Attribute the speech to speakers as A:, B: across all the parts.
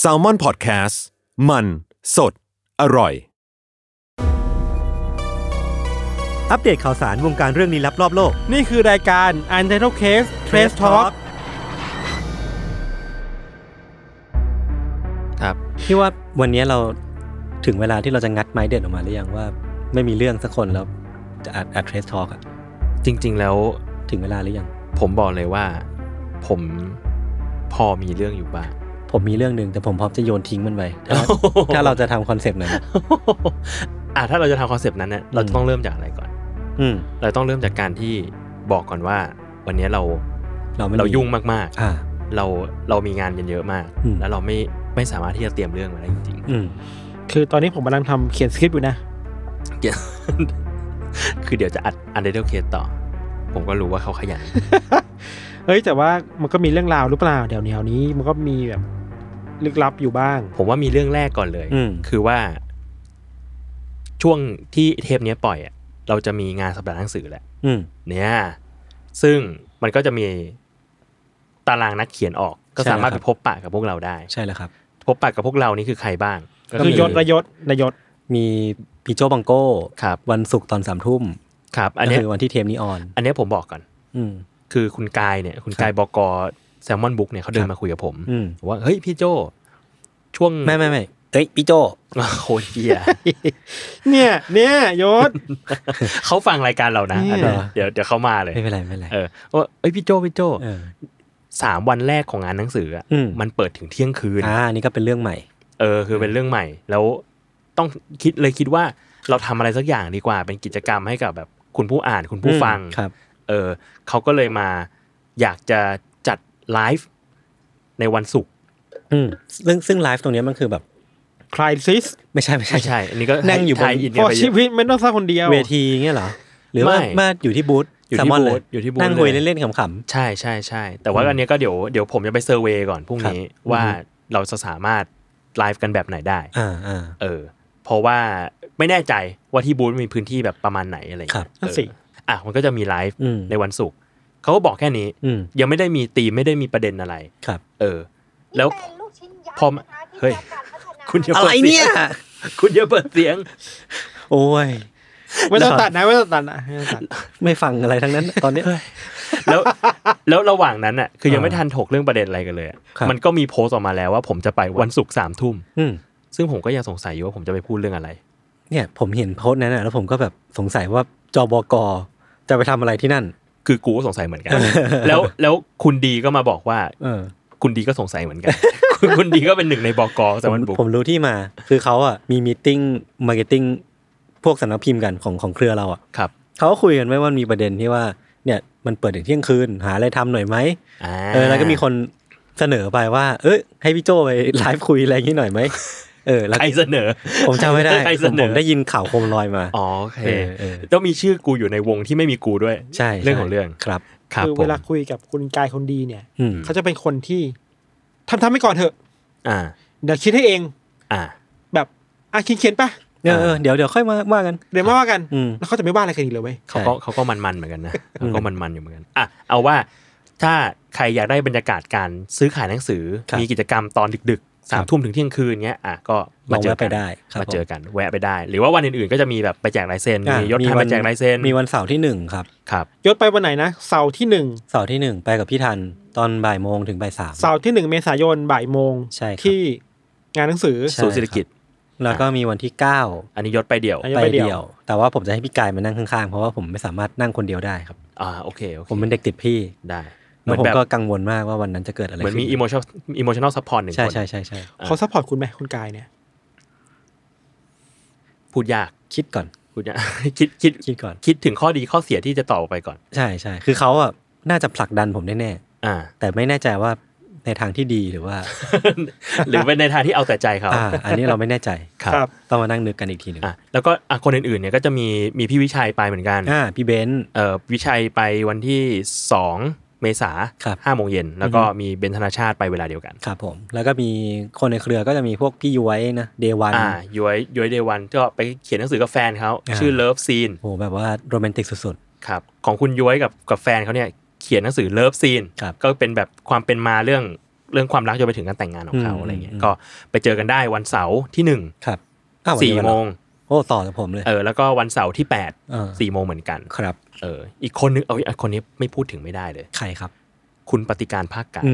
A: แซลมอนพอดแคสต์มันสดอร่อย
B: อัปเดตข่าวสารวงการเรื่องลี้ลับรอบโลก
C: นี่คือรายการ u n t i t l e Case Trace Talk
B: ครับพี่ว่าวันนี้เราถึงเวลาที่เราจะงัดไม้เด็ดออกมาหรือยังว่า ไม่มีเรื่องสักคนแล้วจะอัดอัดเทรสทอล์กอะ
D: จริงๆ แล้ว
B: ถึงเวลาหรือยัง
D: ผมบอกเลยว่า ผมพอมีเรื่องอยู่ บ้าง
B: ผมมีเรื่องหนึ่งแต่ผมพร้อมจะโยนทิ้งมันไปถ้า ถ้าเราจะทำคอนเซปต์นั้น
D: อ่ะถ้าเราจะทำคอนเซปต์นั้นเนี่ยเราจะต้องเริ่มจากอะไรก่อน
B: อืม
D: เราต้องเริ่มจากการที่บอกก่อนว่า วันนี้เรา
B: เราไม่มี
D: เรายุ่งมาก
B: อ่า
D: ๆ เราเรามีงานกันเยอะมาก
B: อืม
D: แล้วเราไม่ไม่สามารถที่จะเตรียมเรื่องมาได้จริง
B: อืม
C: คือตอนนี้ผมกำลังทำเขียนสคริปต์อยู่นะ
D: ๆเดี๋ยว คือเดี๋ยวจะอัดอันเดอร์เคสต่อ ผมก็รู้ว่าเขาขยัน
C: เฮ้ย แต่ว่ามันก็มีเรื่องราวหรือเปล่าเดี๋ยวแนวนี้มันก็มีแบบลึกลับอยู่บ้าง
D: ผมว่ามีเรื่องแรกก่อนเลย
B: อืม
D: คือว่า ช่วงที่เทปเนี้ยปล่อยอะเราจะมีงานสัปดาห์หนังสือแหละ
B: อืม
D: เนี่ย ซึ่งมันก็จะมีตารางนักเขียนออก ก็
B: ใช่แล้ว
D: สามารถ
B: ครั
D: ไป
B: บ
D: พบปะกับพวกเราได้
B: ใช่แล้วครับ
D: พบปะกับพวกเรานี่คือใครบ้าง ก็
C: คือยศระยศนายศ
B: มีพี่โจบังโก้
D: ครับ
B: วันศุกร์ตอนสามทุ่ม
D: ครับ อัน
B: ก็
D: เนี้ย
B: คือวันที่เทมนี้ออน
D: อันเนี้ยผมบอกก่อน
B: อืม
D: คือคุณกายเนี่ย คุณกายบกแซลมอนบุ๊กเนี่ยเขาเดินมาคุยกับผม
B: อืม
D: บอกว่าเฮ้ยพี่โจช่วง
B: ไม่ไม่ไม่เอ้ยพี่โจ
D: โคตรเหี้ย
C: เนี่ย เนี่ยยศ
D: เขาฟังรายการเรานะอันเนี้ยเดี๋ยวเดี๋ยวเขามาเลย
B: ไม่เป็นไรไม่เป็นไร
D: เออว่าเอ้ยพี่โจพี่โจ
B: เออ
D: สามวันแรกของงานหนังสืออ่ะ
B: อืม
D: มันเปิดถึงเที่ยงคืน
B: อ่าอันนี่ก็เป็นเรื่องใหม่
D: เออคือเป็นเรื่องใหม่ แล้วต้องคิดเลยคิดว่าเราทำอะไรสักอย่างดีกว่า เป็นกิจกรรมให้กับแบบคุณผู้อ่านคุณผู้ฟัง
B: อืมครับ
D: เออเขาก็เลยมาอยากจะจัดไลฟ์ในวันศุกร์
B: อืมซึ่งซึ่งไลฟ์ตรงเนี้ยมันคือแบบ
C: คลายซิส
B: ไม่ใช่ไม่ใช่
D: ไม่ใช่ อันนี้ก็
B: นั่งอยู่บน
D: ไทยอิน
C: พ
D: เนี่ย
C: อ
D: ไปเย
C: ชี
D: อะ
C: วิตไม่ต้องสร้างคนเดียว
B: เวทีเงี้ยเหรอ หรือว่า
D: ไม่
B: มาอยู่ที่บูธ
D: อยู่ที่
B: แซลมอน
D: บู
B: เล
D: ธ
B: ย
D: อยู่ที่บูธ
B: นั่งคุย
D: เลย
B: เล่นๆขำ
D: ใช่ใช่ใช่แต่ว่าอันเนี้ยก็เดี๋ยวเดี๋ยวผมจะไปเซอร์เวย์ก่อนพรุ่งนี้
B: ครับ
D: ว่า
B: อือฮึ
D: เราจะสามารถไลฟ์กันแบบไหนได้
B: ๆอ่าอ่า
D: เออเพราะว่าไม่แน่ใจว่าที่บูธมีพื้นที่แบบประมาณไหนอะไรอย่าง
B: ครั
D: เงี้
B: บ
D: ย
C: นั่น
D: เออ
C: สิ
D: อ่ะมันก็จะมีไลฟ์
B: อืม
D: ในวันศุกร์เขาก็บอกแค่นี้
B: อืม
D: ยังไม่ได้มีตีมไม่ได้มีประเด็นอะไร
B: ครับ
D: เออ แล้ว พ
E: พ
D: อ
E: อ
D: มาเฮ้
E: เฮ้
D: ย
E: ย
D: คุณอย่า
B: อะไร
D: ปิดสีง
B: เนี่ย
D: คุณอย่าเปิดเสียง
B: โอ้ย
C: ไม่ต้องตัดนะไม่ต้องตัดนะไม่ต้องตัด
B: ไม่ฟังอะไรทั้งนั้น ตอนเนี้ย
D: แล้วแล้วระหว่างนั้นอ่ะคือยัง
B: อ่า
D: ไม่ทันถกเรื่องประเด็นอะไรกันเลยอะ
B: ครับ
D: มันก็มีโพสต์ออกมาแล้วว่าผมจะไปวันศุกร์สามทุ่ม
B: อืม
D: ซึ่งผมก็ยังสงสัยอยู่ว่าผมจะไปพูดเรื่องอะไร
B: เนี่ย ผมเห็นโพสต์นั้นน่ะแล้วผมก็แบบสงสัยว่าจบกจะไปทำอะไรที่นั่น
D: คือกูก็สงสัยเหมือนกัน แล้วแล้วคุณดีก็มาบอกว่า
B: เออ
D: คุณดีก็สงสัยเหมือนกัน คุณคุณดีก็เป็นหนึ่งในบกสา
B: ผม
D: มันบุก
B: ผมรู้ที่มา คือเขาอ่ะมีมีติ้งมาร์เก็ตติ้งพวกสำนักพิมพ์กันของของเครือเราอ่ะ
D: ครับ
B: เขาก็คุยกันไว้ว่ามีประเด็นที่ว่าเนี่ยมันเปิดถึงเที่ยงคืนหาอะไรทำหน่อยไหม
D: อ่า
B: เออแล้วก็มีคนเสนอไปว่า เอ้ยให้พี่โจไปไลฟ์คุยอะไรอย่างนี้หน่อยไหมเออแล้ว
D: ใครเสนอ
B: ผมจำไม่ได้
D: ใคร
B: ผ
D: เส
B: ม
D: น
B: ผ
D: อ
B: มได้ยินข่าวโคมลอยมา
D: อ๋อโอเค
B: เออเออ
D: ต้องมีชื่อกูอยู่ในวงที่ไม่มีกูด้วย
B: ใช่
D: เรื่องของเรื่อง
B: ครับ
D: ครับ
C: คือ
D: ผม
C: เวลาคุยกับคุณกายคนดีเนี่ย
B: อืม
C: เขาจะเป็นคนที่ทำทำไปก่อนเถอะ
D: อ่า
C: เดี๋ยวคิดให้เอง
D: อ่า
C: แบบอ่ะเขียนเขียนๆไป
B: เออเออเดี๋ยวเดี๋ยวค่อยมาว่ากัน
C: เดี๋ยวมาว่ากัน
B: อืม
C: แล้วเขาจะไม่ว่าอะไรกันอีกเลยเว้ย
D: เขาก็เขาก็มันๆเหมือนกันนะเขาก็มันๆอยู่เหมือนกันอ่ะเอาว่าถ้าใครอยากได้บรรยากาศการซื้อขายหนังสือ
B: ครับ
D: มีกิจกรรมตอนดึกๆสามทุ่มถึงเที่ยงคืนเงี้ยอ่ะก็มาเจอ
B: ลองแวะไป
D: กัน
B: ได้ครับ
D: มาเจอกันแวะไปได้ หรือว่าวันอื่นๆก็จะมีแบบไปแจกลายเซ็น
B: อ่ะ
D: มียศทานไปแจกลายเซ็น
B: มีวันเสาร์ที่หนึ่งครับ
D: ครับ
C: ยศไปวันไหนนะเสาร์ที่หนึ่ง
B: เสาร์ที่หนึ่งไปกับพี่ทัน ตอนบ่ายโมงถึงบ่ายสาม
C: เสาร์ที่หนึ่งเมษายนบ่ายโมง
B: ใช่ครับ
C: ที่งานหนังสือ
B: ใช่
D: ศูนย์เศรษฐกิจ
B: แล้วก็มีวันที่เก้า
D: อันนี้ยศไปเดี่ยว
C: อันนี้
B: ไป
C: ไปเดี่
B: เดีย
C: ยว ว
B: แต่ว่าผมจะให้พี่กายมานั่งข้างๆ เพราะว่าผมไม่สามารถนั่งคนเดียวได้ครับ
D: อ่าโอเคโอเค
B: ผมเป็นเด็กติดพี่
D: ได้เห
B: แล้
D: มื
B: ว
D: อน
B: ผม
D: แบบ
B: ก็กังวลมากว่าวันนั้นจะเกิดอะไร
D: เหมือนมี
B: ขึ้
D: อิโมชั่นอิโมชั่นอลซัพพอร์ตหนึ่ง
B: ใช่
D: คน
B: ใช่ใช่ใช่
D: อ่ะ
C: เขาซัพพอร์ตคุณไหมคุณกายเนี่ย
D: พูดยาก
B: คิดก่อน
D: พูดยาก คิดคิด
B: คิดก่อน
D: คิดถึงข้อดีข้อเสียที่จะต่อไปก่อน
B: ใช่ใช่คือเขาอ่ะน่าจะผลักดันผมแน่
D: อ่า
B: ๆแต่ไม่แน่ใจว่าในทางที่ดีหรือว่า
D: หรือเป็นในทางที่เอาแต่ใจเขา
B: อ่าอันนี้เราไม่แน่ใจ
D: ครับ
B: ต้องมานั่งนึกกันอีกทีหนึ่ง
D: อ่ะแล้วก็อ่ะคนอื่นๆเนี่ยก็จะมีมีพี่วิชัยไปเหมือนกัน
B: อ่าพี่เบนซ์
D: เอ่อวิชัยไปวันที่ 2 เมษา
B: ครับ
D: ห้าโมงเย็นแล้วก็มีเบนธนาชาติไปเวลาเดียวกัน
B: ครับผมแล้วก็มีคนในเครือก็จะมีพวกพี่ย้วยนะเดวัน
D: อ่าย้อยย้อยเดวันก็ไปเขียนหนังสือกับแฟนเขา
B: อ่า
D: ชื่อเลิฟซีน
B: โหแบบว่าโรแมนติกสุด
D: ครับของคุณย้อยกับกับแฟนเขาเนี่ยเขียนหนังสือเลิฟซีน
B: ครับ
D: ก็เป็นแบบความเป็นมาเรื่องเรื่องความรักจนไปถึงการแต่งงานของเขา
B: อืม
D: อะไรเงี้ย
B: อืม
D: ก็ไปเจอกันได้วันเสาร์ที่หนึ่ง
B: ๆครับอ้าววัน
D: สี่
B: เดียวกัน
D: โม
B: เหรอง โอ้ต่อจากผมเลย
D: เออแล้วก็วันเสาร์ที่แปด
B: า
D: สี่โมงเหมือนกัน
B: ครับ
D: เอออีกคนนึงเอาอีกคนนี้ไม่พูดถึงไม่ได้เลย
B: ใครครับ
D: คุณปฏิการภาคกาย
B: อื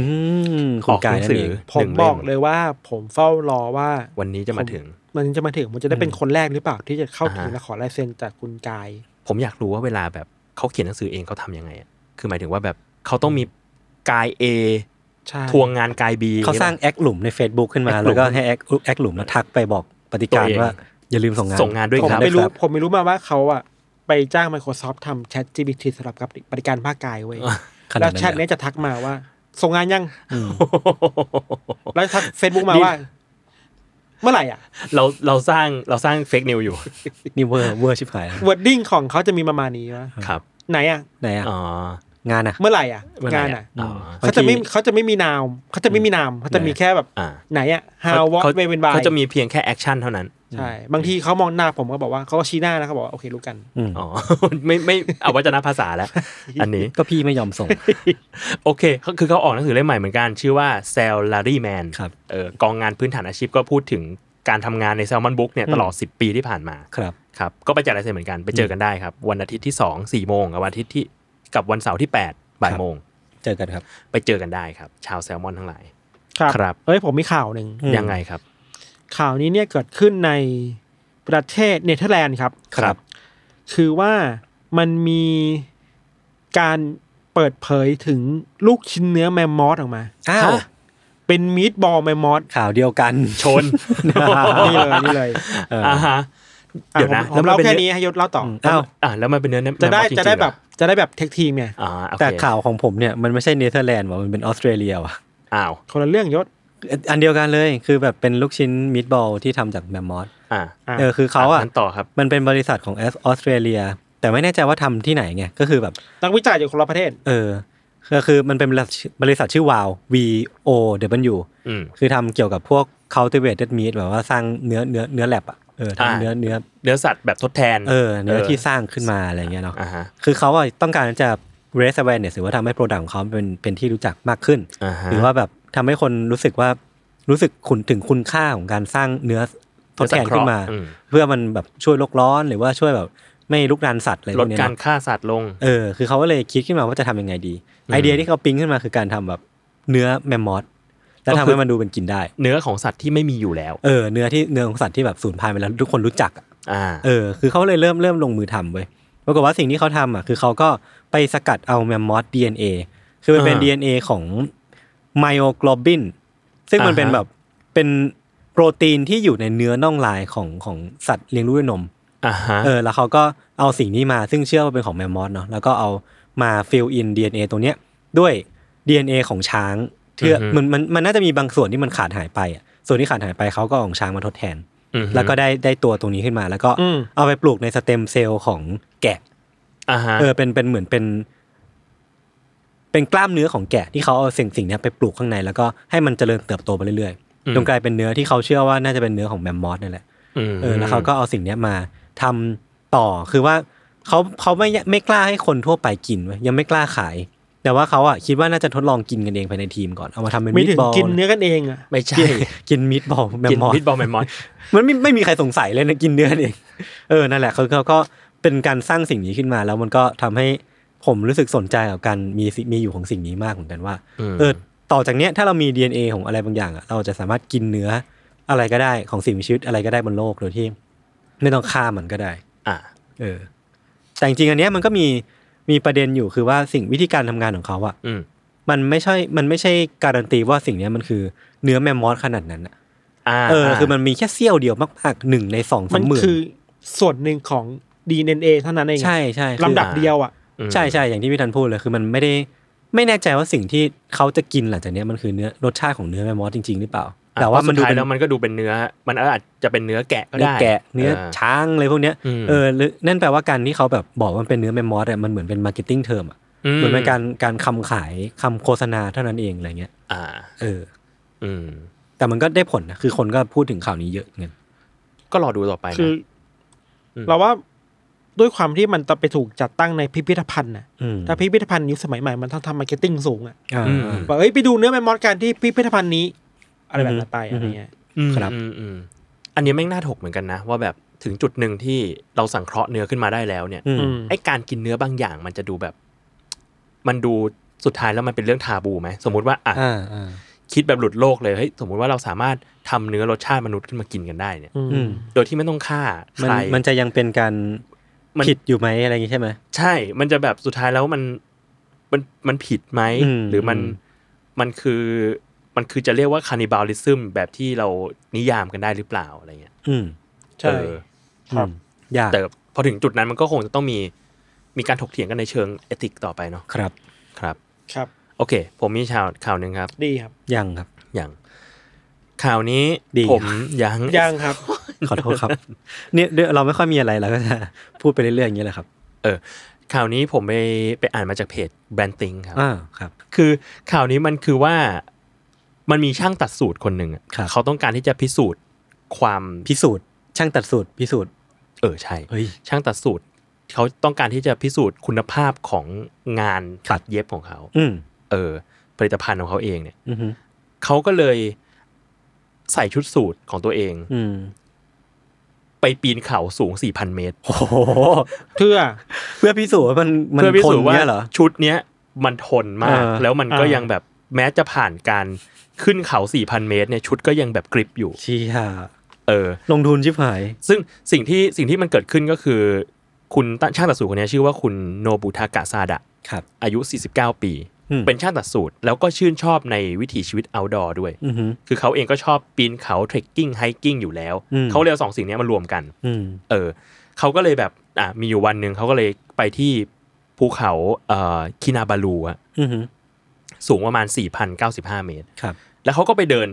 B: มคุณกายนั่นเอง
C: ผมบอกเลยว่าผมเฝ้ารอว่า
D: วันนี้จะมาถึง
C: มันจะมาถึงมันจะได้เป็นคนแรกหรือเปล่าที่จะเข้าถึง
D: อ่า
C: และขอลายเซ็นจากคุณกาย
D: ผมอยากรู้ว่าเวลาแบบเขาเขียนหนังสือเองเขาทำยังไงอะคือหมายถึงว่าแบบเขาต้องมีกาย A
C: ใช่
D: ทวงงานกาย B
B: เขาสร้างแอคหลุมใน Facebook ขึ้นมา
D: แอคหลุ
B: แล้
D: ม
B: วก็ให้แอคแอคหลุมมาทักไปบอกปฏิการ
D: ตัวเอง
B: ว่า อย่าลืมส่งงาน
D: ส่งงานด้วย
C: ผม
D: ครับ
C: ไม่รู้
B: ด้
C: ผมไม่รู้มาว่าเขาอะไปจ้าง Microsoft ทำ Chat GPT สำหรับกับบริการภาคกายเว้ย
B: ขนา
C: แล้
B: ด
C: ว
B: นั้น
C: แชท
B: เล
C: เนี้
B: ย
C: ยจะทักมาว่า ส่งงานยัง
B: อืม
C: แล้วทักเฟซบุ๊กมาว่า เมื่อไหร่อ่ะ
D: เราเราสร้างเราสร้างเฟกนิวอยู่
B: นี่เวอร์เวอร์ชิบหายแล้ว
C: วอร์ดิ้งของเขาจะมีประมาณนี้ว่า
D: ครับ
C: ไหนอ่ะ
B: ไหนอ่ะ
D: อ๋อง
B: านอ่ะ
C: เมื่อไหร่อ่ะ
D: เมื่อไหร่
C: งาน
D: อะ
C: อ่ะ
D: อ๋อ
B: ม
C: เขาจะไม่เขาจะไม่มีนามเขาจะไม่มีนามเขาจะมีแค่แบบ
D: อ่า
C: ไหนอ่ะ how what
D: เขา
C: way when by
D: เขาจะมีเพียงแค่แอคชั่นเท่านั้น
C: ใช่ บางทีเขามองหน้าผมก็บอกว่าเขาก็ชี้หน้าแล้วเขาบอกว่าโอเครู้กัน
B: อืม
D: อ๋อ ไม่ไม่เอาวัจนภาษา แล้ว อันนี้
B: ก็พี่ไม่ยอมส่ง
D: โอเคเขาคือเขาออกหนังสือเล่มใหม่เหมือนกัน ชื่อว่า Salary Man
B: ครับ
D: เออกองงานพื้นฐานอาชีพก็พูดถึงการทำงานใน Salmon Book เนี่ยตลอด 10 ปีที่ผ่านมา
B: ครับ
D: ครับก็ไปจัดรายเซ็นเหมือนกันไปเจอกันได้ครับ วันอาทิตย์ที่ 2 4 โมงกับวันอาทิตย์ที่กับวันเสาร์ที่ 8 บ่ายโมง
B: เจอกันครับ
D: ไปเจอกันได้ครับ ชาวแซลมอนทั้งหลาย
C: ครับ
D: ครับ
C: เอ้ยผมมีข่าวหนึ่ง
B: อืม
D: ยังไงครับ
C: ข่าวนี้เนี่ยเกิดขึ้นในประเทศเนเธอร์แลนด์ครับ
B: ครับ
C: คือว่ามันมีการเปิดเผยถึงลูกชิ้นเนื้อแมมมอสออกมา
B: อ้าว
D: ฮะ
C: เป็นมีดบอลแมมมอส
B: ข่าวเดียว กัน
D: ชน
C: นี่เลยนี่เลย
B: เอออ
D: อ่าฮะ
C: อ่
D: เดี๋ยวนะ
C: ผมผมเล่า
D: มัป็
C: แค่
D: เอ
C: นี้ให้ยศเล่าต่ออ
B: อ้าว
D: อ่าแล้วมันเป็นเนื้อ
C: จะได้
D: เนื้อมอสริงๆ
C: จะได้
D: เหรอ
C: แบบจะได้แบบเทคทีมไง
D: อ่าโอเค
B: แต่ข่าวของผมเนี่ยมันไม่ใช่เนเธอร์แลนด์ว่ะมันเป็นออสเตรเลียว่ะ
D: อ้าว
C: คนละเรื่องยศ
B: อันเดียวกันเลยคือแบบเป็นลูกชิ้นมิตบอลที่ทำจากแมมมอส
D: อ่า
C: อ่ะ
B: เออคือเขาอ่ะ
D: นต่อครับ
B: มันเป็นบริษัทของแอสออสเตรเลีย แต่ไม่แน่ใจว่าทำที่ไหนไงก็คือแบบ
C: นักวิจัยจากคนละประเทศ
B: เออก็คือมันเป็นบริษัทบริษัทชื่อวาว V O W
D: อืม
B: คือทำเกี่ยวกับพวก cultivated meat แบบว่าสร้างเนื้อเนื้อเนื้อแลบอ่ะเออ
D: อ่า
B: ทำเนื้อเนื้อ
D: เนื้อสัตว์แบบทดแทน
B: เออเนื้อที่สร้างขึ้นมาอะไรเงี้ยเนาะ
D: อ่าฮะ
B: คือเขาอะต้องการจะ raise awareness หรือว่าทำให้ product ของเขาเป็นเป็นที่รู้จักมากขึ้น
D: อ่าฮะ
B: หรือว่าแบบทำให้คนรู้สึกว่ารู้สึกคุณถึงคุณค่าของการสร้างเนื้อทดแทนขึ้นมา
D: เนื้อสังเคราะห์อืม
B: เพื่อมันแบบช่วยโลกร้อนหรือว่าช่วยแบบไม่ลุกรานสัตว์อะไรพ
D: ล
B: ว
D: ด
B: กเนี้ย
D: กา
B: เนาะ
D: รฆ่าสัตว์ลง
B: เออ คือเขาก็เลยคิดขึ้นมาว่าจะทำยังไงดี ไอเดียที่เขาปิ๊งขึ้นมาคือการทำแบบเนื้อแมมมอสแล้วทำ
D: ก็คื
B: ให้
D: อ
B: มันดูเป็นกินได้
D: เนื้อของสัตว์ที่ไม่มีอยู่แล้ว
B: เออ เนื้อที่เนื้อของสัตว์ที่แบบสูญพันธุ์ไปแล้วทุกคนรู้จักอะ
D: อ่า
B: เออ คือเขาเลยเริ่มเริ่มลงมือทำเว้ย ปรากฏว่าสิ่งที่เขาทำอ่ะ คือเขาก็ไปสกัดเอาแมมมอส DNA คือมันเป็น
D: อ่า
B: DNA ของไมโอ g l o b i n ซึ่งมัน
D: อ่าฮะ
B: เป็นแบบเป็นโปรตีนที่อยู่ในเนื้อน่องลายของของสัตว์เลี้ยงลูกด้วยนม
D: อ่าฮะ
B: เออแล้วเขาก็เอาสิ่งนี้มาซึ่งเชื่อว่าเป็นของแมมมอสเนาะแล้วก็เอามาฟิลอิน DNA ตรงเนี้ยด้วย DNA ของช้างเทื่อ
D: อือฮึ
B: มันมันมันน่าจะมีบางส่วนที่มันขาดหายไปอะส่วนที่ขาดหายไปเขาก็เอาของช้างมาทดแทน
D: ม
B: แล้วก็ได้ได้ตัวตรงนี้ขึ้นมา แล้วก็
C: อืม
B: เอาไปปลูกในสเต็มเซลล์ของแกะ
D: อ่าฮะ
B: เออเป็นเป็นเหมือนเป็น เป็นกล้ามเนื้อของแกะที่เขาเอาสิ่งสิ่งเนี้ยไปปลูกข้างในแล้วก็ให้มันเจริญเติบโตไปเรื่อยๆจนกลายเป็นเนื้อที่เขาเชื่อว่าน่าจะเป็นเนื้อของแมมมอสนี่นแหละ
D: ม
B: เออแล้วเขาก็เอาสิ่งเนี้ยมาทำต่อคือว่าเขาเขาไม่ไม่กล้าให้คนทั่วไปกินเว้ยยังไม่กล้าขาย แต่ว่าเขาอ่ะคิดว่าน่าจะทดลองกินกันเองภายในทีมก่อนเอามาทำเป็น
C: มี
B: มิต
C: ถึง
B: บอล
C: กินเนื้อกันเองอ่ะ
D: ไม่ใช่
B: กิน กินมิตบอลแมม
D: กิน
B: มอส
D: พิษบอลแมมมอส
B: มันไม่ไม่มีใครสงสัย เลยนะกินเนื้อเอง เออนั่นแหละเขาเขาก็เป็นการสร้างสิ่งนี้ขึ้นมา แล้วมันก็ทำให้ ผมรู้สึกสนใจกับการมีสิมีอยู่ของสิ่งนี้มากเหมือนกันว่า
D: ม
B: เออต่อจากเนี้ยถ้าเรามี DNA ของอะไรบางอย่างอะเราจะสามารถกินเนื้ออะไรก็ได้ของสิ่งมีชีวิตอะไรก็ได้บนโลกโดยที่ ไม่ต้องฆ่ามันก็ได้
D: อ่ะ
B: เออ แต่จริงๆอันเนี้ยมันก็มีมีประเด็นอยู่คือว่าสิ่งวิธีการทำงานของเขาอะ
D: อืม
B: มันไม่ใช่มันไม่ใช่การันตีว่าสิ่งเนี้ยมันคือเนื้อแมมมอสขนาดนั้นอะ
D: อ่า
B: เออคือมันมีแค่เสี้ยวเดียวมากๆหนึ่งในสองสา
C: มั
B: ม
C: น
B: หมื่น
C: คือส่วนหนึ่งของ DNA เท่านั้นเองอะ
B: ใช่ใช่คือ
C: ลำดับเดียวอ่ะ
D: อืม
B: ใช่ใช่อย่างที่พี่ธันพูดเลยคือมันไม่ได้ไม่แน่ใจว่าสิ่งที่เขาจะกินหลังจากเนี้ยมันคือเนื้อรสชาติของเนื้อแมมมอสจริงๆหรือเปล่า
D: อ่ะ
B: แต่ว่า
D: เพระ
B: มันดู
D: สุดท้ย
B: เป็น
D: แล้วมันก็ดูเป็นเนื้อ มันอาจจะเป็นเนื้อแกะก็
B: เนื้อ
D: ได้
B: แกะเนื้อ
D: อ่า
B: ช้างอะไรพวกเนี้ย
D: อืม
B: เออหรือนั่นแปลว่าการที่เขาแบบบอกว่ามันเป็นเนื้อแมมมอสเนี่ยมันเหมือนเป็นมาร์เก็ตติ้งเทอมอ่ะเหมือนเป็นการการคำขายคำโฆษณาเท่านั้นเองอะไรเงี้ย
D: อ่า
B: เออ
D: อืม
B: แต่มันก็ได้ผลนะคือคนก็พูดถึงข่าวนี้เยอะเงี้ย
D: ก็รอดูต่อไปนะ
C: คืออ
D: ม
C: เราว่าด้วยความที่มันไปถูกจัดตั้งในพิพิธภัณฑ์น่ะ
B: อืม
C: ถ้าพิพิธภัณฑ์ยุคสมัยใหม่มันต้องทำมาร์เก็ตติ้งสูงอ่ะ
B: อ่า
D: อืม
C: บอกเอ้ยไปดูเนื้อแมมมอสกันที่พิพิธภัณฑ์นี้ อะไรแบบนั้นไป
B: อื
C: อะ
B: อ
C: ไร
B: ฮึ
C: เงี้ย
B: ครับ
D: อืมอืมอันนี้แม่งน่าถกเหมือนกันนะ ว่าแบบถึงจุดหนึ่งที่เราสังเคราะห์เนื้อขึ้นมาได้แล้วเนี่ย
B: อืม
C: อืม
D: ไอการกินเนื้อบางอย่างมันจะดูแบบ มันดูสุดท้ายแล้วมันเป็นเรื่องทาบูไหมสมมติว่าอ่ะ
B: อ่าอ่า
D: คิดแบบหลุดโลกเลยเฮ้ยสมมติว่าเราสามารถทำเนื้อรสชาติมนุษย์ขึ้นมากินกันได้เนี่ย
C: อืม
B: อืม
D: โดยที่ไม่ต้องฆ่า
B: มั
D: ใคน ร
B: มันจะยังเป็นการ
D: มัน
B: ผิดอยู่ไหมอะไรอย่างงี้ใช่ไหม
D: ใช่ มันจะแบบสุดท้ายแล้วมันมันมันผิดไหม
B: อืม
D: หรือมัน
B: อืม
D: มันคือมันคือจะเรียกว่าคานิบาลิซึมแบบที่เรานิยามกันได้หรือเปล่าอะไรเงี้ย
B: อืม
C: ใช่
D: เออ
C: ครับ
B: อืมยาก
D: แต่พอถึงจุดนั้นมันก็คงจะต้องมีมีการถกเถียงกันในเชิงเอติกต่อไปเนาะ
B: ครับ
D: ครับ
C: ครับ
D: โอเค ผมมีข่าวข่าวหนึ่งครับ
C: ดีครับ
B: ยังครับ
D: อย่างข่าวนี้
B: ดี
D: ผมยัง
C: ยังครับ
B: ขอโทษครับ เนี่ยเดี๋ยวเราไม่ค่อยมีอะไรเราก็จะพูดไปเรื่อยๆอย่างนี้แหละครับ
D: ข่าวนี้ผมไปไปอ่านมาจากเพจแบรนติงครับ
B: อ่าครับ
D: คือข่าวนี้มันคือว่ามันมีช่างตัดสูตรคนหนึ่งอะ
B: ครับ
D: เขาต้องการที่จะพิสูจน์ความ
B: พิสูจน์ช่างตัดสูตรพิสูจน์
D: เออใช่
B: เฮ้ย
D: ช่างตัดสูตรเขาต้องการที่จะพิสูจน์คุณภาพของงานตัดเย็บของเขา
B: อืม
D: เออ ผลิตภัณฑ์ของเขาเองเนี่ย
B: อือหือ
D: เขาก็เลยใส่ชุดสูทของตัวเอง
B: อืม
D: ไปปีนเขาสูง 4,000 เมตร
B: โอ้โห
C: เพื่อ
B: เพื่อพิสูจน์ว่ามันมัน
D: เพื่อพิ
B: ทน
D: สูจน์ว่า
B: เนี่ยเหรอ
D: ชุดเนี้ยมันทนมาก
B: เออ
D: แล้วมันก็
C: อ่ายั
D: ยังแบบแม้จะผ่านการขึ้นเขา 4,000 เมตรเนี่ยชุดก็ยังแบบกริบอยู่
B: เชี่ย
D: เออ
B: ลงทุนชิบหาย
D: ซึ่งสิ่งที่สิ่งที่มันเกิดขึ้นก็คือ คุณช่างตัดสูตรคนเนี้ยชื่อว่าคุณโนบุทากะซาดะ
B: ครับ
D: อายุ 49 ปี
B: อืม
D: เป็นช่างตัดสูตร แล้วก็ชื่นชอบในวิถีชีวิต outdoor ด้วย
B: อือหือ
D: คือเขาเองก็ชอบปีนเขาเทรคกิ้งไฮกิ้งอยู่แล้ว
B: อืม
D: เขาเลยเอาสองสิ่งเนี้ยมารวมกัน
B: อืม
D: เออเขาก็เลยแบบอ่ะมีอยู่วันหนึ่งเขาก็เลยไปที่ภูเขาเอ่อคินาบาลูอะ
B: อือหือ
D: สูงประมาณ 4,095 เมตร
B: ครับ
D: แล้วเขาก็ไปเดิน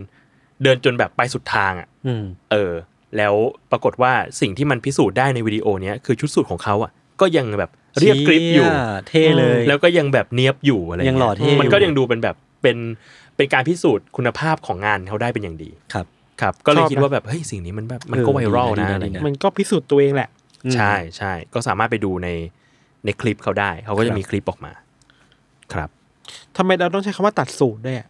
D: เดินจนแบบไปสุดทางอะ
B: อืม
D: เออ แล้วปรากฏว่าสิ่งที่มันพิสูจน์ได้ในวิดีโอเนี้ยคือชุดสูทของเขาอะก็ยังแบบเรียบกริบอยู่
B: เชี่เท่เลย
D: แล้วก็ยังแบบเนียบอยู่อะไร
B: ยังหล่อเท่อยู่
D: มันก็ยังดูเป็นแบบเป็นเป็นการพิสูจน์คุณภาพของงานเขาได้เป็นอย่างดี
B: ครับ
D: ครับ ก็เลย
C: ชอบนะ
D: คิดว่าแบบเฮ้ยสิ่งนี้มันแบบมัน
B: เออ
D: ก็ไวรัล
B: ดี
D: นะ
B: นะ
D: อะไร
B: ดีนะ
D: เงี้ย
C: มันก็พิสูจน์ตัวเองแหละ
B: อืม
D: ใช่ใช่ก็สามารถไปดูในในคลิปเขาได้ เขา
B: ค
D: ก็
B: รั
D: จะ
B: บ
D: มีคลิปออกมา ครับ
C: ทำไมเราต้องใช้คำว่าตัดสูตรด้วยอะ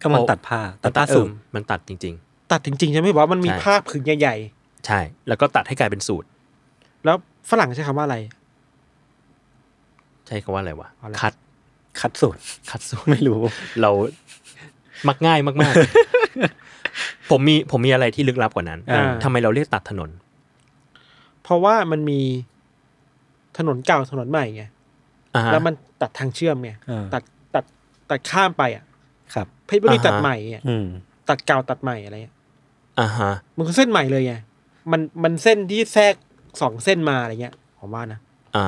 B: ก็มันตัดผ้าตัดผ้าสูง
D: เออมันตัดจริง
C: ตัดจริงๆใช่ไหมบอกว่ามันมี
D: ใช่
C: ผ้าผืนใหญ่
D: ๆ ใช่ แล้วก็ตัดให้กลายเป็นสูตร
C: ๆ แล้วฝรั่งใช้คำว่าอะไร
D: ใช่คำว่าอะไรวะ
C: อะไร
D: คัด
B: คัดสูตร
D: คัดสูตร
B: ไม่รู้
D: เรามักง่ายมาก ๆ ผมมีผมมีอะไรที่ลึกลับกว่านั้น
B: อ่า
D: ทำไมเราเรียกตัดถนน
C: เพราะว่ามันมีถนนเก่าถนนใหม่ไง
D: อ่าฮะ
C: แล้วมันตัดทางเชื่อมไง
B: เออ
C: ตัดตัดตัดข้ามไปอ่ะ
B: ครับ
C: เพชรบุรี
D: อ่าฮะ
C: ตัดใหม่อ่ะ
B: อืม
C: ตัดเก่าตัดใหม่อะไรเงี้ย
D: อ่าฮะ
C: มันคือเส้นใหม่เลยไง มันมันเส้นที่แทรกสองเส้นมาอะไรเงี้ย ผมว่านะ
D: อ่า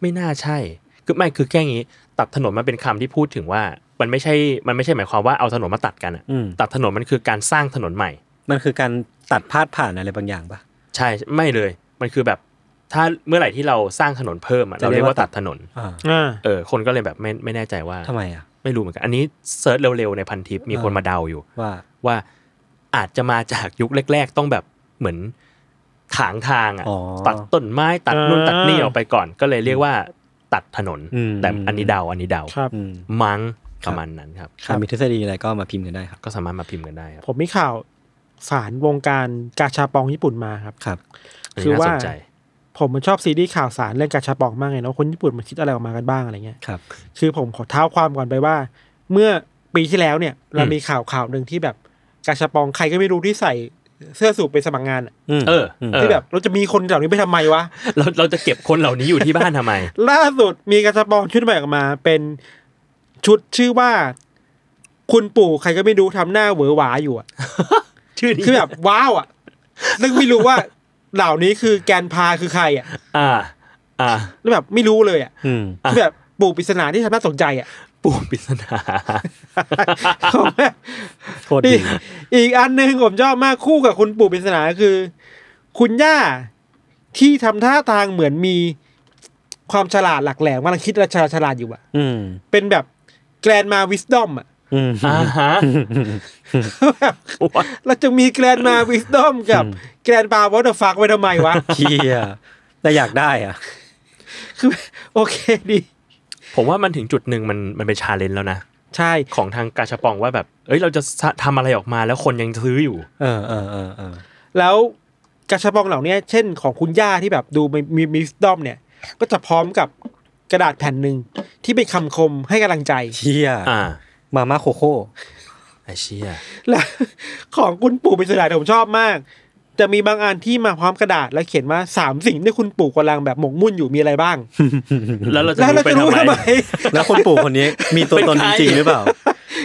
D: ไม่น่าใช่ คือไม่คือแค่งี้ ตัดถนนมันเป็นคำที่พูดถึงว่า มันไม่ใช่ มันไม่ใช่หมายความว่าเอาถนนมาตัดกันอะ
B: อืม
D: ตัดถนนมันคือการสร้างถนนใหม่
B: มันคือการตัดพาดผ่านอะไรบางอย่างปะ
D: ใช่ไม่เลย มันคือแบบถ้าเมื่อไหร่ที่เราสร้างถนนเพิ่มอะ
B: จะ
D: เรา
B: เรียก
D: เรียกว่า
B: ว่าตั
D: ตั
B: ด
D: ดถนน
B: อ่า
C: อ่า
D: เออ คนก็เลยแบบไม่ไม่แน่ใจว่า
B: ทำไมอ่ะ
D: ไม่รู้เหมือนกันอันนี้เซิร์ชเร็วๆในพันทิปมีคน
B: อ่าม
D: มาเดาอยู่
B: ว่า
D: ว่าอาจจะมาจากยุคแรก ๆ ต้องแบบเหมือนถางทางอ่ะ
B: อ๋อ
D: ตัดต้นไม้ตัดนู่น
C: อ่า
D: ตัดนี่ออกไปก่อน ก็เลยเรียกว่าตัดถนน
B: อืม
D: แต่อันนี้เดาอันนี้เดา
C: ครับ
B: อืม
D: มั้ง
B: ค
D: ป
B: รับ
D: ระมาณนั้นครับ
B: ใครมีทฤษฎีอะไรก็มาพิมพ์กันได้ครับ
D: ก็สามารถมาพิมพ์กันได้ครับ
C: ผมมีข่าวสารวงการกาชาปองญี่ปุ่นมาครับ
B: ครับ
D: น
C: คื
D: นี้
C: อ
D: น่ส
C: ว่า
D: นใจ
C: ผมมันชอบซีรีส์ข่าวสารเรื่องกาชาปองมากเลยเนาะคนญี่ปุ่นมันคิดอะไรออกมากันบ้างอะไรเงี้ย
B: ครับ
C: คือผมขอเท้าความก่อนไปว่า เมื่อปีที่แล้วเนี่ย เรามีข่าวข่าวหนึ่งที่แบบกาชาปองใครก็ไม่รู้ที่ใส่เสื้อสูทไปสมัครงานอะ
D: เออเออ
C: ที่แบบเราจะมีคนเหล่านี้ไปทำไมวะ
D: เราเราจะเก็บคนเหล่านี้อยู่ที่บ้านทำไม
C: ล่าสุดมีกระสปองชุดใหม่ออกมา เป็นชุดชื่อว่า คุณปู่ใครก็ไม่รู้ทำหน้าเหวอหวาอยู่อ่ะ
D: ชื่อนี้
C: คือแบบว้าวอ่ะนึกไม่รู้ว่า เหล่านี้คือแกนพาคือใครอ่ะ
D: อ่า อ่า
C: แล้วแบบไม่รู้เลยอ่ะ
B: อืม
D: อ่ะ
C: คือแบบปู่ปริศนาที่ทำหน้าตกใจอ่ะ
D: ปู่ปริศนา
B: โคตรดี
C: นี่อีกอันหนึ่งผมชอบมากคู่กับคุณปู่ปริศนาคือ คุณย่าที่ทำท่าทางเหมือนมีความฉลาดหลักแหลมกำลังคิดราชาฉลาดอยู่อ่ะ
B: อืม
C: เป็นแบบแกรนมาวิสดอมอ่ะ
B: อืม
D: อ่าฮะ
C: แบบเราจะมีแกรนมาวิส d อมกับแกรนบาวอเตอร์ฟักไว้ทำไมวะ
B: เฮียแต่อยากได้อ่ะ
C: คือ โอเคดี
D: ผมว่ามันถึงจุดหนึ่งมันมันเป็นชาเลนจ์แล้วนะ
C: ใช่
D: ของทางกาชาปองว่าแบบ เอ้ย เราจะทำอะไรออกมาแล้วคนยังซื้ออยู่
B: เออเออเออเออ
C: แล้วกระชับองเหล่าเนี้ยเช่นของคุณย่าที่แบบดูมีมีวิส d อมเนี่ย ก็จะพร้อมกับกระดาษแผ่นหนึ่งที่เป็นคำคมให้กำลังใจ
B: เฮีย
D: อ่า
B: มาม่าโคโค่
D: ไอเชี่ย
C: และ ของคุณปู่เป็นสดายผมชอบมาก จะมีบางอันที่มาพร้อมกระดาษแล้วเขียนว่าสามสิ่งที่คุณปู่กำลังแบบหมกมุ่นอยู่มีอะไรบ้ าง
D: แล้วเราจะ
C: แล้วเราจะ
D: รู้
C: รู้
D: ไปทำ
C: ทำไม
D: ไม
B: แล้วคนปู่คนนี้มีตัวตนจริงๆหรือเปล่า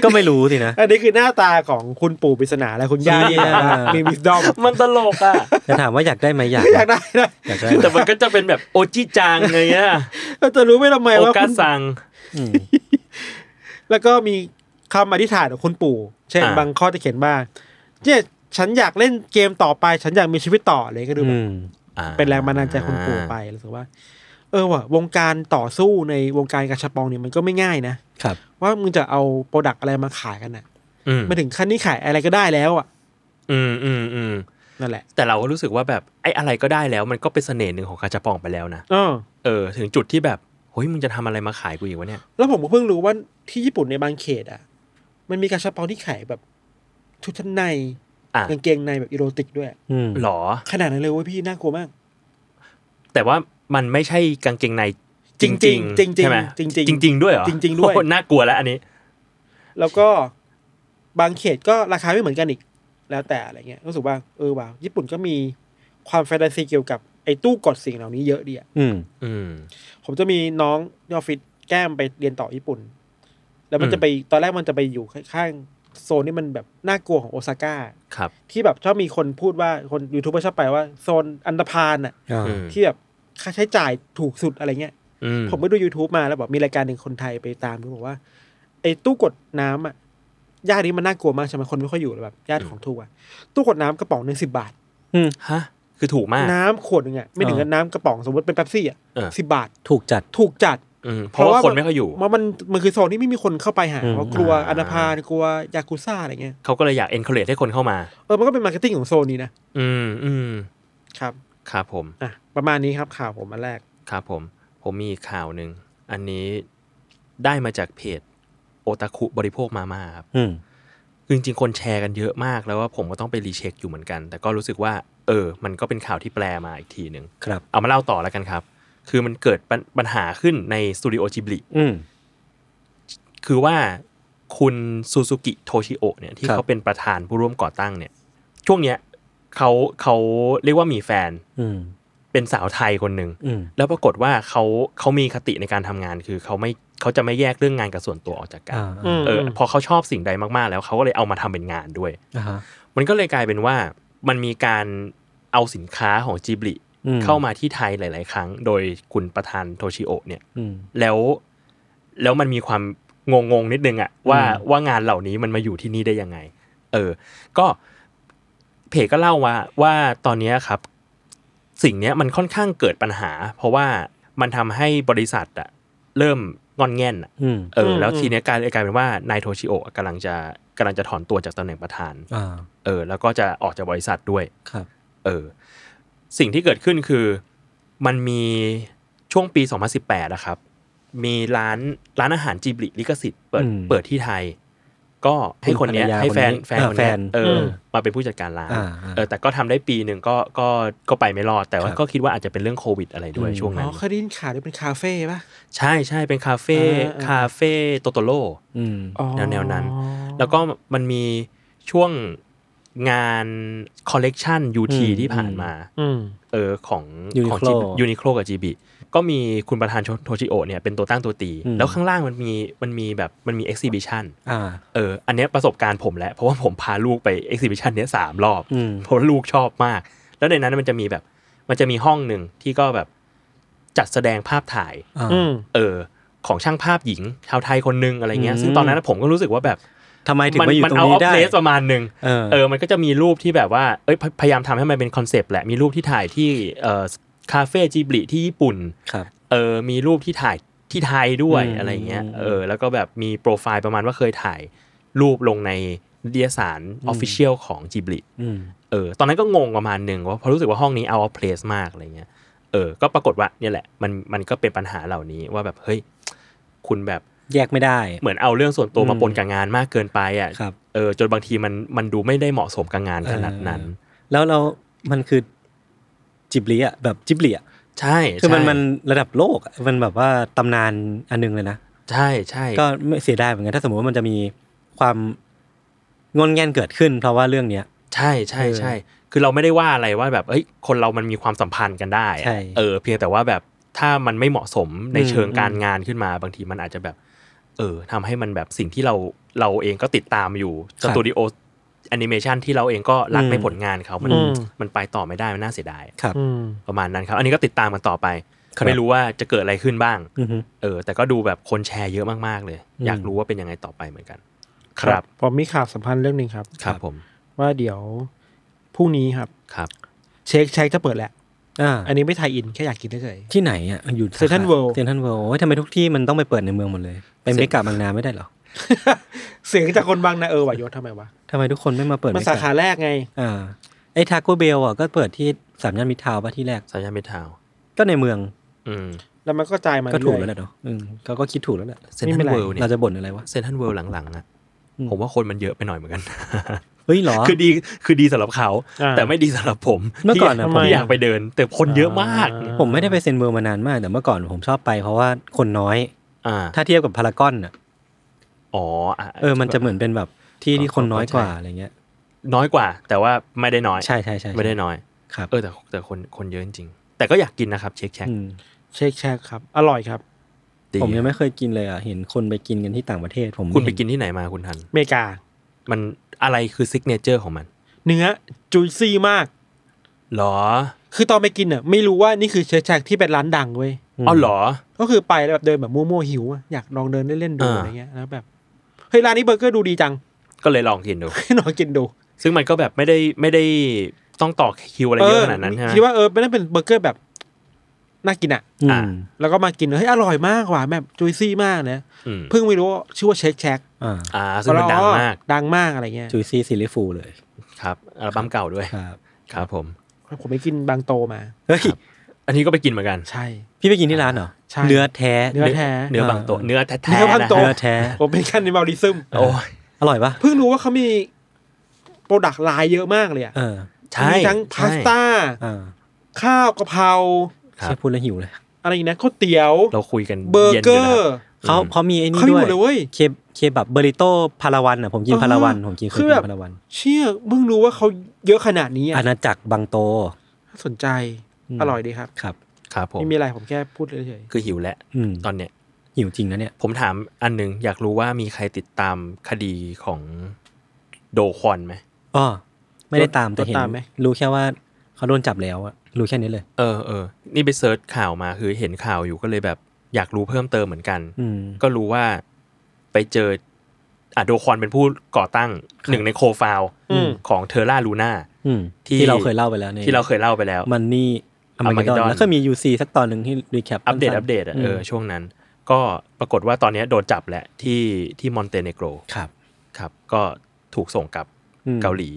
B: ก็ไม่รู้สินะ
C: อันนี้คือหน้าตาของคุณปู่ปริศนาและคุณย่าที่แบบว่ามีวิส d อม
D: มันตลก อ่ะ
B: จะถามว่าอยากได้ไหมอยาก
C: อยากได้นะ
B: อยากได้
D: แต่มันก็จะเป็นแบบโอจิจังไงอ่ะ
C: เราจะรู้ไม่ทำไม
D: โอ
C: ว่าคุ
D: กา
C: ณ
D: ซัง
B: อืม
C: แล้วก็มีคำอธิษฐานของคุณปู่ เช่น
D: อ่า
C: บางข้อจะเขียนว่าเนี่ยฉันอยากเล่นเกมต่อไป ฉันอยากมีชีวิตต่ออะไรก็ดูแบ
B: อื
C: บ
B: ม
D: อ่า
C: เป็นแรงบันดาลใจคุณปู่ไปรู้สึกว่า เออว่ะวงการต่อสู้ในวงการกระชับปองเนี่ยมันก็ไม่ง่ายนะครับ ว่ามึงจะเอาโปรดักต์อะไรมาขายกันน่ะ
D: อืม
C: มาถึงขั้นนี้ขายอะไรก็ได้แล้วอ่ะ
D: อืมอืมอืม
C: นั่นแหละ
D: แต่เราก็รู้สึกว่าแบบไอ้อะไรก็ได้แล้ว มันก็เป็นเสน่ห์หนึ่งของกาชาปองไปแล้วนะ
C: เออ
D: เออ ถึงจุดที่แบบเฮ้ยมึงจะทำอะไรมาขายกูอีกวะเนี่ย
C: แล้วผมก็เพิ่งรู้ว่าที่ญี่ปุ่นในบางเขตอ่ะ มันมีกระชับปองที่ขายแบบชุดชั้นใน
D: อ่ะ
C: กางเกงในแบบอีโรติกด้วย
B: อืม
D: หรอ
C: ขนาดนั้นเลยเว้ยพี่น่ากลัวมาก
D: แต่ว่ามันไม่ใช่กางเกงใน
C: จริงๆจริงๆ
D: ใช่ไหม
C: จริงๆ
D: จริง ๆ ด้วยเหรอ
C: จริงๆด้วย
D: โอ้โหน่ากลัวแล้วอันนี้
C: แล้วก็บางเขตก็ราคาไม่เหมือนกันอีก แล้วแต่อะไรเงี้ยรู้สึกว่าเออว่ะญี่ปุ่นก็มีความแฟนตาซีเกี่ยวกับไอ้ตู้กดสิ่งเหล่านี้เยอะดีอะ
B: อืม
D: อืม
C: ผมจะมีน้องยอฟฟิศแก้มไปเรียนต่อญี่ปุ่น แล้วมันจะไปตอนแรกมันจะไปอยู่ข้างๆโซนนี่มันแบบน่ากลัวของโอซาก้า
D: ครับ
C: ที่แบบชอบมีคนพูดว่าคนยูทูบเบอร์ชอบไปว่าโซนอันดพานอะ
B: อ่า
D: อืม
C: ที่แบบค่าใช้จ่ายถูกสุดอะไรเงี้ย
D: อืม
C: ผมไปดู YouTube มาแล้วบอกมีรายการหนึ่งคนไทยไปตามดูบอกว่า ไอ้ตู้กดน้ำอ่ะย่านนี้มันน่ากลัวมากใช่ไหมคนไม่ค่อยอยู่เลยแบบย่านของถูกอ่ะตู้กดน้ำกระป๋องหนึ่งสิบบาท
D: ฮะ คือถูกมาก
C: น้ำขวดหนึ่งอ่ะไม่ถึงกับน้ำกระป๋องสมมติเป็นเป๊ปซี่อ่ะ
D: เออ
C: สิบบาท
B: ถูกจัด
C: ถูกจัด
D: อืมเพราะว่า
C: เพราะว่า
D: คนไม่ค่อยอยู่
C: เพราะมันมันคือโซนที่ไม่มีคนเข้าไปหา
B: อืม
C: เพราะกลัว
D: อ่า
C: อนาพานกลัวยากุซ่าอะไรเงี้ย
D: เขาก็เลยอยาก encourage ให้คนเข้ามา
C: เออมันก็เป็นมาร์เก็ตติ้งของโซนนี้นะ
D: อืมอืม
C: ครับ
D: ครับผม
C: อ่ะประมาณนี้ครับข่าวผมอันแรก
D: ครับผม ผมมีอีกข่าวหนึ่ง อันนี้ได้มาจากเพจโอตาคุบริโภคมาม่าครับ
B: อืม
D: คือจริงๆ คนแชร์กันเยอะมากแล้วว่าผมก็ต้องไปรีเช็คอยู่เหมือนกัน แต่ก็รู้สึกว่า เออ มันก็เป็นข่าวที่แปลมาอีกทีหนึ่ง
B: ครับ
D: เอามาเล่าต่อแล้วกันครับ คือมันเกิดปัญปัญหาขึ้นในสตูดิโอจิบลิ
B: อืม
D: คือว่าคุณซูซูกิโทชิโอะเนี่ยที่
B: ครับ
D: เขาเป็นประธานผู้ร่วมก่อตั้งเนี่ย ช่วงเนี้ยเขาเขาเรียกว่ามีแฟน
B: อืม
D: เป็นสาวไทยคนหนึ่ง
B: อืม
D: แล้วปรากฏว่าเขาเขามีคติในการทำงานคือเขาไม่เขาจะไม่แยกเรื่องงานกับส่วนตัวออกจากกัน
B: อ่า
C: อืม
D: เออพอเขาชอบสิ่งใดมากๆ แล้วเขาก็เลยเอามาทำเป็นงานด้วย
B: อ่าฮะ
D: มันก็เลยกลายเป็นว่ามันมีการเอาสินค้าของจิบลิ
B: อืม
D: เข้ามาที่ไทยหลาย ๆ ครั้ง โดยคุณประธานโทชิโอะเนี่ย
B: อืม
D: แล้วแล้วมันมีความงงงๆนิดนึงอะว่า
B: อืม
D: ว่างานเหล่านี้มันมาอยู่ที่นี่ได้ยังไง เออ ก็เพจก็เล่าว่าว่าตอนเนี้ยครับ สิ่งเนี้ยมันค่อนข้างเกิดปัญหา เพราะว่ามันทำให้บริษัทอะเริ่มงอนแง่นอะ
B: อืม
D: เออแล้วทีเนี้ยกลายกลายเป็นว่านายโทชิโอะกำลังจะกำลังจะถอนตัวจากตำแหน่งประธาน
B: อ่า
D: เออแล้วก็จะออกจากบริษัทด้วย
B: ครับ
D: เออ สิ่งที่เกิดขึ้นคือมันมีช่วงปี 2018นะครับ มีร้านร้านอาหารจิบลิลิขสิทธิ์เปิด
B: อืม
D: เปิดที่ไทย ก็ให้คนเนี้ย
B: คุณภรรยา
D: ให้แฟน
B: คนนี้
D: แฟน
B: อ่า
D: คนเนี้ย
B: แฟน
D: เอออ
C: ม
D: มาเป็นผู้จัดการร้าน
B: อ่าอ่า
D: เออแต่ก็ทำได้ปีหนึ่งก็ก็ก็ไปไม่รอดแต่ว่า
B: ครับ
D: ก็คิดว่าอาจจะเป็นเรื่องโควิดอะไรด้วย
B: อืม
D: ช่วง
C: อ๋
D: นั้
C: อน เคยได้ยินข่าวด้วยเป็นคาเฟ่ปะ
D: ใช่ใช่เป็นคาเฟ่
C: อ่าอ่า
D: คาเฟ่โตโตโร่
B: อืม
C: อ๋อ
D: แนวๆนั้น แล้วก็มันมีช่วงงานคอลเลกชัน UT
B: อืม
D: ที่ผ่านมา
C: อืม
D: เออของ
B: Uniqlo
D: ของยูนิโคลกับ GB ก็มีคุณประธานโชโทชิโอะเนี่ยเป็นตัวตั้งตัวตี
B: อืม
D: แล้วข้างล่างมันมีมันมีแบบมันมีเอ็กซิบิชัน
B: อ่า
D: เอออันเนี้ยประสบการณ์ผมแหละเพราะว่าผมพาลูกไปเอ็กซิบิชันเนี้ยสามรอบ
B: อืม
D: เพราะว่าลูกชอบมาก แล้วในนั้นมันจะมีแบบมันจะมีห้องหนึ่งที่ก็แบบจัดแสดงภาพถ่าย
B: อ่า
C: อืม
D: เออของช่างภาพหญิงชาวไทยคนหนึงอะไรเงี้ย
B: อืม
D: ซึ่งตอนนั้นผมก็รู้สึกว่าแบบ
B: ทำไมถึง
D: มัน
B: มาอยู่
D: มัน
B: ตรง
D: เอาอ
B: นี้
D: อฟ
B: ได้
D: เลสประมาณหนึ่ง
B: เออ
D: เออ มันก็จะมีรูปที่แบบว่า เอ้ยพพยายามทำให้มันเป็นคอนเซปต์แหละ มีรูปที่ถ่ายที่เอ่อคาเฟ่จิบลิที่ญี่ปุ่น
B: ครับ
D: เออ มีรูปที่ถ่ายที่ไทยด้วย
B: อืม
D: อะไรเงี้ย
B: อืม
D: เออ แล้วก็แบบมีโปรไฟล์ประมาณว่าเคยถ่ายรูปลงในนิตยสารออฟฟิเชียลของจิบลิ
B: ืม
D: เออ ตอนนั้นก็งงประมาณหนึ่งว่าเพราะรู้สึกว่าห้องนี้เอาออฟเพลสมากอะไรเงี้ย เออ ก็ปรากฏว่าเนี่ยแหละ มัน มันก็เป็นปัญหาเหล่านี้ว่าแบบ เฮ้ย คุณแบบ
B: แยกไม่ได้
D: เหมือนเอาเรื่องส่วนตัว
B: อืม
D: มาปนกับงานมากเกินไปอ่ะ
B: ครับ
D: เออจนบางทีมันมันดูไม่ได้เหมาะสมกับงานขนาดนั้น
B: แล้วเรา มันคือจิบลีอ่ะแบบจิบลีอ่ะ
D: ใช่
B: คือมัน
D: ใช่
B: มันระดับโลกอะมันแบบว่าตำนานอันหนึงเลยนะ
D: ใช่ใช่
B: ก็ไม่เสียดายเหมือนกัน ถ้าสมมติว่ามันจะมีความงอนแงนเกิดขึ้น เพราะว่าเรื่องเนี้ย
D: ใช่ใช่ใช่ คือเราไม่ได้ว่าอะไรว่าแบบเอ้ยคนเรามันมีความสัมพันธ์กันได้อะ
B: ใช่
D: เออ เพียงแต่ว่าแบบถ้ามันไม่เหมาะสมใน
B: อืม
D: เชิงการงานขึ้นมาบางทีมันอาจจะแบบ เออทำให้มันแบบสิ่งที่เราเราเองก็ติดตามอยู่สตูดิโอแอนิเมชันที่เราเองก็รักในผลงานเขามัน
C: อืม
D: มันไปต่อไม่ได้มันน่าเสียดาย
B: ครับ
C: อืม
D: ประมาณนั้นครับ อันนี้ก็ติดตามกันต่อไป
B: ครับ
D: ไม่รู้ว่าจะเกิดอะไรขึ้นบ้าง
B: อือฮึ
D: เออแต่ก็ดูแบบคนแชร์เยอะมากๆเลย
B: อืม
D: อยากรู้ว่าเป็นยังไงต่อไปเหมือนกัน ครับ
C: ผมมีข่าวสัมพันธ์เรื่องหนึ่งครับ
D: ครับผม
C: ว่าเดี๋ยวพรุ่งนี้ครับ
D: ครับ
C: เช็คเช็คจะเปิดแหละ
B: อ่า
C: อันนี้ไม่ไทยอิน แค่อยากกินเฉย
B: ที่ไหนอ่ะอยู่
C: เซ็นทรัลเวิลด์
B: เซนทันเวิลด์โอ้ยทำไมทุกที่มันต้องไปเปิดในเมืองหมดเลย ไปเมกะบางนาไม่ได้เหรอ
C: ๆเสียงจากคนบางนาเออวะยศทำไมวะ
B: ทำไมทุกคนไม่มาเปิด
C: มันสาก
B: เมะ
C: ขาแรกไง
B: อ่าไอ้ทาโกเบลอ่ะก็เปิดที่สามย่านมิตรทาวน์ป่ะที่แรก
D: สายยานเมทาวน์
B: ก็ในเมือง
D: อืม
C: แล้วมันก็กระจายมา
B: ก็ถูก
C: เรื่
B: แล้วย
C: อ
B: แหละเนาะอืมก็ก็คิดถูกแล้วแหละ
D: เซน
C: นี่
D: ทั
C: ไม่
D: น
C: ไร
D: เวิลด์เนี่ย
B: เราจะบ่นอะไรวะ
D: เซนทันเวิลด์หลังๆอ่ะ
B: อืม
D: ผมว่าคนมันเยอะไปหน่อยเหมือนกัน
B: เฮ้ยเหรอ
D: คือดีคือดีสำหรับเขา
C: อ่า
D: แต่ไม่ดีสำหรับผม
B: เมื่อก่อนอะ
D: ที่
B: ผม
D: ที่อยากไปเดิน แต่คนเยอะมาก
C: อ่า
B: ผมไม่ได้ไปเซนเวิลด์มานานมาก แต่เมื่อก่อนผมชอบไปเพราะว่าคนน้อย
D: อ่า
B: ถ้าเทียบกับพารากอนอ่ะ
D: อ๋ออ่ะ
B: เออมันจะเหมือนเป็นแบบที่ที่คนน้อยกว่า
D: เข้าใจ
B: อะไรเงี้ย
D: น้อยกว่า แต่ว่าไม่ได้น้อย
B: ใช่ใช่ใช่
D: ไม่ได้น้อย
B: ครับ
D: เออแต่แต่คนคนเยอะจริงๆแต่ก็อยากกินนะครับ เช็คแช็ค
B: อืม
C: เช็คแช็คครับ อร่อยครับ
D: ดี
B: ผมยังไม่เคยกินเลยอ่ะเห็นคนไปกินกันที่ต่างประเทศ ผม
D: คุณไป
B: เห็
D: กินที่ไหนมาคุณทัน
C: อเมริกา
D: มันอะไรคือซิกเนเจอร์ของมัน
C: เนื้อจุยซี่มาก
D: หรอ
C: คือตอนไปกินอ่ะไม่รู้ว่านี่คือเช็คแช็คที่เป็นร้านดังเว้ย
D: อ๋อเหรอ
C: ก็คือไปแล้วแบบเดินแบบมั่วๆหิวอะอยากลองเดินเล่นๆดู
D: อ่า
C: อะไรเงี้ยแล้วแบบเฮ้ยร้านนี้เบอร์เกอร์ดูดีจัง
D: ก็เลยลองกิ นดู
C: ให้ลองกินดู
D: ซึ่งมันก็แบบไม่ได้ไม่ได้ต้องต่อคิวอะไรเยอะขนาดนั้นใช่ไหม
C: คิดว่าเออไม่ได้เป็นเบอร์เกอร์แบบน่ากินอ่ะ
B: อืม
D: อ่า
C: แล้วก็มากินเฮ้ยอร่อยมากว่ะแบบจุยซี่มากนะ
D: อืม
C: เพิ่งไม่รู้ว่าชื่อว่าเช็คแช็ค
B: อ่า
D: อ่าซึ่งมันดังมาก
C: ดังมากอะไรเงี้ย
B: จุยซี่ซิลิฟูเลย
D: ครับอัลบั้มเก่าด้วย
B: ครับ
D: ครับผม
C: ผมไปกินบางโตมา
B: เฮ้ย
D: อันนี้ก็ไปกินเหมือนกัน
C: ใช่
B: พี่ไปกินที่ร้านเหรอ
C: ใช่
B: เนื้อแท้
C: เนื้อแท้
D: เนื้อบางโตะ
B: อ่า
D: เนื้อแท้ๆ
C: เนื้อบางโต๊ะ
B: เนื้อะ แท้
C: ผมเป็นแคันนิบาลิซึม
D: โอ้ย
B: อร่อยปะ
C: เพิ่งรู้ว่าเขามีโปรดักต์ลายเยอะมากเลยอ่ะ
B: เออ
D: ใช่
C: มีทั้งพาสต้า
B: อ่า
C: ข้าวกะเพรา
D: ครั
B: ใช่
D: บ
B: พูดแล้วหิวเลย
C: อะไรอย่างเงี้ยข้าวเตี๋ยว
D: เราคุยกัน
C: เบอร์
D: ย็น
C: เก
D: ยู่
C: อ
D: นะคบ
C: ร์
B: เขาเขามีไอ้นี่
C: เขามี
B: ด้ว
C: หม
B: ย
C: ดเลยเว้ย
B: เคบเคบับเบอริโต้พาราวันอ่ะผมกิน
C: เออ
B: พาราวันผมกินเค
C: คื
B: ย
C: อ
B: กิ
C: แบบ
B: นพาราวัน
C: เชี่ยมึงรู้ว่าเขาเยอะขนาดนี้
B: อา
C: อ่ะ
B: ณาจักรบางโต
C: น่าสนใจ
B: ม
C: อร่อยดีครับ
B: ครับ
D: ครับผม
C: ไม่มีอะไรผมแค่พูดเฉย
D: คือหิวแล้ว
B: อืม
D: ตอนเนี้ย
B: หิวจริงนะเนี่ย
D: ผมถามอันหนึ่งอยากรู้ว่ามีใครติดตามคดีของโดควอนไหม
B: อ๋อไม่ได้ตามแต่เห็น
C: ตามไหม
B: รู้แค่ว่าเขาโดนจับแล้วอะรู้แค่นี้เลย
D: เออเออนี่ไปเซิร์ชข่าวมาคือเห็นข่าวอยู่ก็เลยแบบอยากรู้เพิ่มเติมเหมือนกัน
B: อืม
D: ก็รู้ว่าไปเจออะโดคอนเป็นผู้ก่อตั้งหนึ่งในโคฟาว
B: อืม
D: ของเทอร่าลูน่า
B: อืม
D: ที่
B: ที่เราเคยเล่าไปแล้วใน
D: ที่เราเคยเล่าไปแล้ว
B: มันนี่อเมริกา
D: Armageddon
B: แล้วก็มี UC สักตอนหนึ่งที่รีแคป
D: อัปเดต
B: สั้นๆ
D: อัปเดตอะ
B: ม
D: เออช่วงนั้น ก็ปรากฏว่าตอนนี้โดนจับแหละที่ที่มอนเตเนโกร
B: ครับ
D: ครับ ก็ถูกส่งกลับ
B: อืม
D: เกาหลี